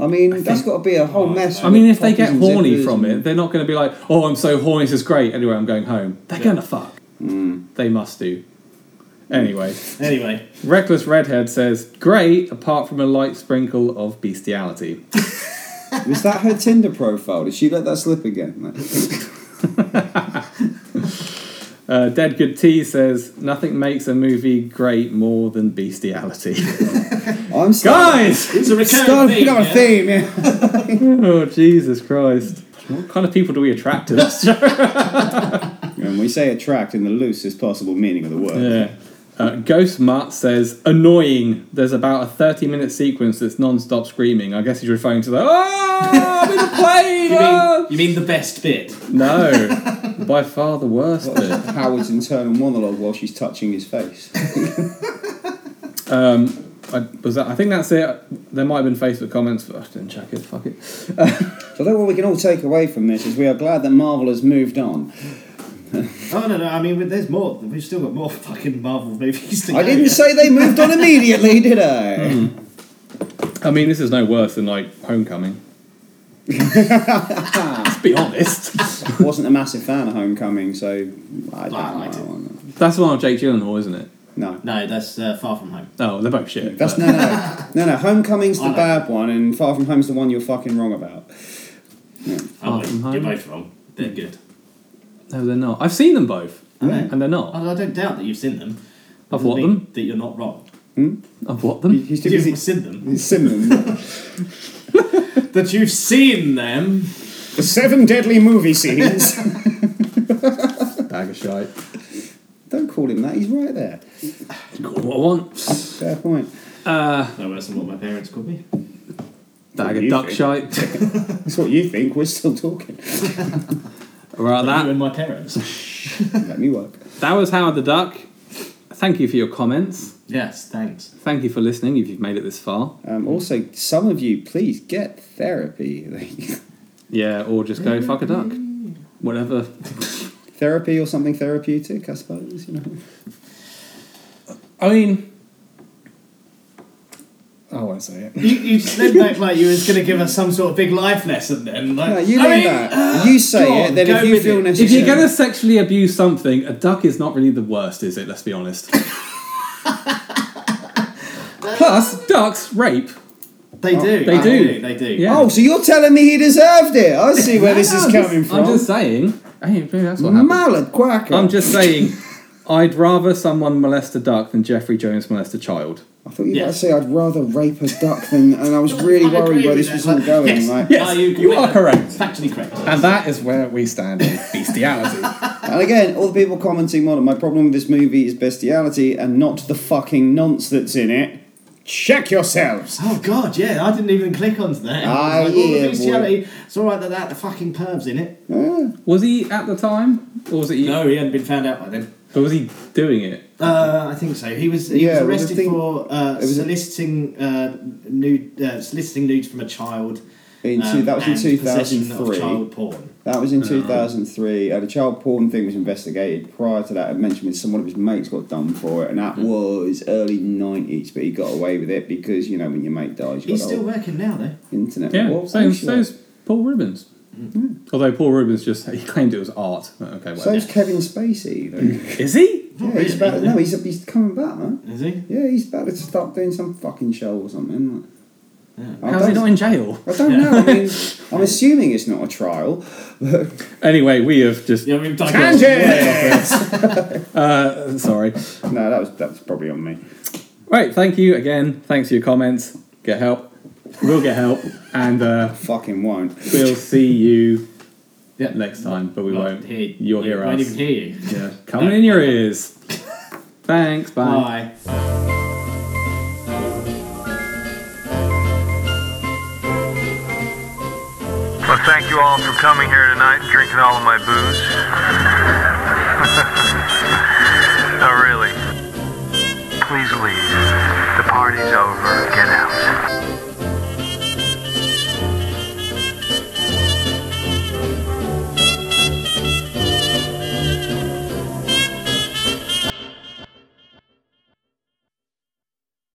Speaker 5: I mean, that's got to be a whole mess.
Speaker 4: Oh, I
Speaker 5: with
Speaker 4: mean, if they
Speaker 5: puppies
Speaker 4: get
Speaker 5: and
Speaker 4: horny
Speaker 5: zippers
Speaker 4: from
Speaker 5: and-
Speaker 4: it, they're not going to be like, "Oh, I'm so horny, this is great." Anyway, I'm going home. They're going to fuck.
Speaker 5: Mm.
Speaker 4: They must do. Anyway,
Speaker 6: Anyway,
Speaker 4: reckless redhead says, "Great, apart from a light sprinkle of bestiality."
Speaker 5: was that her Tinder profile? Did she let that slip again? Like,
Speaker 4: Uh, Dead Good T says, nothing makes a movie great more than bestiality.
Speaker 5: I'm starting,
Speaker 4: Guys!
Speaker 6: it's a recurring
Speaker 5: starting
Speaker 6: theme.
Speaker 5: to pick up
Speaker 6: yeah?
Speaker 5: a theme. Yeah.
Speaker 4: Oh, Jesus Christ. What kind of people do we attract to this show?
Speaker 5: and we say attract in the loosest possible meaning of the word.
Speaker 4: yeah. Uh, Ghost Mutt says, annoying. There's about a 30 minute sequence that's non stop screaming. I guess he's referring to the, oh, I'm in a plane!
Speaker 6: You mean,
Speaker 4: ah!"
Speaker 6: you mean the best bit?
Speaker 4: No, by far the worst bit.
Speaker 5: Howard's internal monologue while she's touching his face.
Speaker 4: I, was that, I think that's it. There might have been Facebook comments, but I didn't check it. Fuck it.
Speaker 5: So I think what we can all take away from this is we are glad that Marvel has moved on.
Speaker 6: Oh no, no. I mean, there's more. We've still got more fucking Marvel movies. To
Speaker 5: I
Speaker 6: go.
Speaker 5: didn't say they moved on immediately, did I?
Speaker 4: Hmm. I mean, this is no worse than like Homecoming. Let's be honest.
Speaker 5: Wasn't a massive fan of Homecoming, so I don't
Speaker 6: I liked
Speaker 5: know.
Speaker 4: That's the one with Jake Gyllenhaal, isn't it?
Speaker 5: No.
Speaker 6: No, that's uh, Far From Home.
Speaker 4: Oh, they're both shit.
Speaker 5: That's
Speaker 4: but-
Speaker 5: no, no, no, no. Homecoming's
Speaker 6: I
Speaker 5: the
Speaker 6: know.
Speaker 5: bad one, and Far From Home's the one you're fucking wrong about.
Speaker 6: Oh,
Speaker 4: Far From
Speaker 6: you're
Speaker 4: Home.
Speaker 6: both wrong. They're good.
Speaker 4: no, they're not. I've seen them both,
Speaker 6: Okay.
Speaker 4: and they're not.
Speaker 6: I I don't doubt that you've seen them.
Speaker 4: I've
Speaker 6: Doesn't
Speaker 4: what
Speaker 6: mean
Speaker 4: them?
Speaker 6: That you're not wrong.
Speaker 4: I've watched them.
Speaker 5: He's too busy.
Speaker 6: You've seen them.
Speaker 5: He's Simon.
Speaker 6: That you've seen them.
Speaker 5: the seven deadly movie scenes.
Speaker 4: Bag of shite.
Speaker 5: don't call him that. He's right there.
Speaker 4: Call it what I want.
Speaker 5: Fair point.
Speaker 6: No worse than what my parents called me.
Speaker 4: Bag of
Speaker 5: You
Speaker 4: duck
Speaker 5: think.
Speaker 4: shite.
Speaker 5: That's what you think. We're still talking.
Speaker 4: right,
Speaker 6: You
Speaker 4: that
Speaker 6: and my parents.
Speaker 5: Let me work.
Speaker 4: that was Howard the Duck. Thank you for your comments.
Speaker 6: yes, thanks.
Speaker 4: Thank you for listening. If you've made it this far,
Speaker 5: Um, also, some of you, please get therapy. Like,
Speaker 4: yeah, or just go fuck a duck. Whatever.
Speaker 5: therapy or something therapeutic, I suppose. You know.
Speaker 4: I mean, I won't say it.
Speaker 6: You, you just led back like you was going to give us some sort of big life lesson then. Like,
Speaker 5: No, you
Speaker 6: I
Speaker 5: know
Speaker 6: mean,
Speaker 5: that. you say
Speaker 6: go
Speaker 5: it,
Speaker 6: on,
Speaker 5: then
Speaker 6: go
Speaker 5: if you
Speaker 6: with
Speaker 5: feel
Speaker 6: it.
Speaker 5: necessary.
Speaker 4: If you're going to sexually abuse something, a duck is not really the worst, is it? Let's be honest. Plus, ducks rape.
Speaker 6: Oh, They do.
Speaker 4: They do.
Speaker 6: They do.
Speaker 4: Yeah.
Speaker 5: Oh, so you're telling me he deserved it? I see where this is
Speaker 4: I'm just-
Speaker 5: coming from.
Speaker 4: I'm just saying. Hey, maybe that's what happened.
Speaker 5: Mallet quacker.
Speaker 4: I'm just saying. I'd rather someone molest a duck than Jeffrey Jones molest a child.
Speaker 5: I thought you were about to
Speaker 6: Yes.
Speaker 5: say I'd rather rape a duck than, and I was really
Speaker 6: I agree
Speaker 5: worried where
Speaker 6: with
Speaker 5: this
Speaker 6: that.
Speaker 5: was all going.
Speaker 6: Yes.
Speaker 5: Like,
Speaker 4: Yes,
Speaker 6: Are you
Speaker 4: you are
Speaker 6: correct?
Speaker 4: correct.
Speaker 6: Factually correct.
Speaker 4: And that is where we stand in bestiality.
Speaker 5: And again, all the people commenting on it. My problem with this movie is bestiality and not the fucking nonce that's in it. Check yourselves.
Speaker 6: Oh god, yeah, I didn't even click onto that.
Speaker 5: Ah,
Speaker 6: It's all the
Speaker 5: yeah,
Speaker 6: bestiality. "Oh, It's all right that that the fucking pervs in it.
Speaker 4: Was he at the time, or was it?
Speaker 6: No, he hadn't been found out by then.
Speaker 4: But was he doing it?
Speaker 6: Uh, I think so. He was he
Speaker 5: Yeah, well,
Speaker 6: was
Speaker 5: the
Speaker 6: arrested
Speaker 5: thing-
Speaker 6: for uh,
Speaker 5: was a-
Speaker 6: soliciting uh, nude uh, soliciting nudes from a child.
Speaker 5: In two- that was in
Speaker 6: Um, and possession of
Speaker 5: 2003.
Speaker 6: Child porn.
Speaker 5: That was in 2003. Uh, the child porn thing was investigated prior to that. I mentioned when someone of his mates got done for it, and
Speaker 4: Hmm.
Speaker 5: that was early 90s, but he got away with it because, you know, when your mate dies, you've
Speaker 6: He's
Speaker 5: got
Speaker 6: still
Speaker 5: the whole
Speaker 6: working now though.
Speaker 5: internet.
Speaker 4: Yeah,
Speaker 5: Well,
Speaker 4: same,
Speaker 5: actually, mm-hmm.
Speaker 4: same's Paul Rubens. Although Paul Rubens just he claimed it was art. Okay, well, Hmm.
Speaker 5: So's Kevin Spacey. Though.
Speaker 4: is he?
Speaker 5: yeah, he's about, no, he's, he's coming back, man.
Speaker 6: Is he?
Speaker 5: Yeah, he's about to start doing some fucking show or something. Like. I
Speaker 4: How's he
Speaker 5: don't-
Speaker 4: not in jail?
Speaker 5: I don't know. I mean, I'm assuming it's not a trial.
Speaker 4: Anyway, we have just
Speaker 6: Yeah, we've done
Speaker 4: uh, sorry.
Speaker 5: No, that was that's probably on me.
Speaker 4: Right, thank you again. Thanks for your comments. Get help. We'll get help, and uh,
Speaker 5: Fucking won't.
Speaker 4: we'll see you
Speaker 6: Yeah.
Speaker 4: next time. But we won't.
Speaker 6: Here,
Speaker 4: You'll hear
Speaker 6: I won't
Speaker 4: us.
Speaker 6: even hear you.
Speaker 4: Yeah, coming in your ears. Thanks. Bye.
Speaker 6: Bye.
Speaker 8: Well, thank you all for coming here tonight and drinking all of my booze. no, really. Please leave. The party's over. Get out.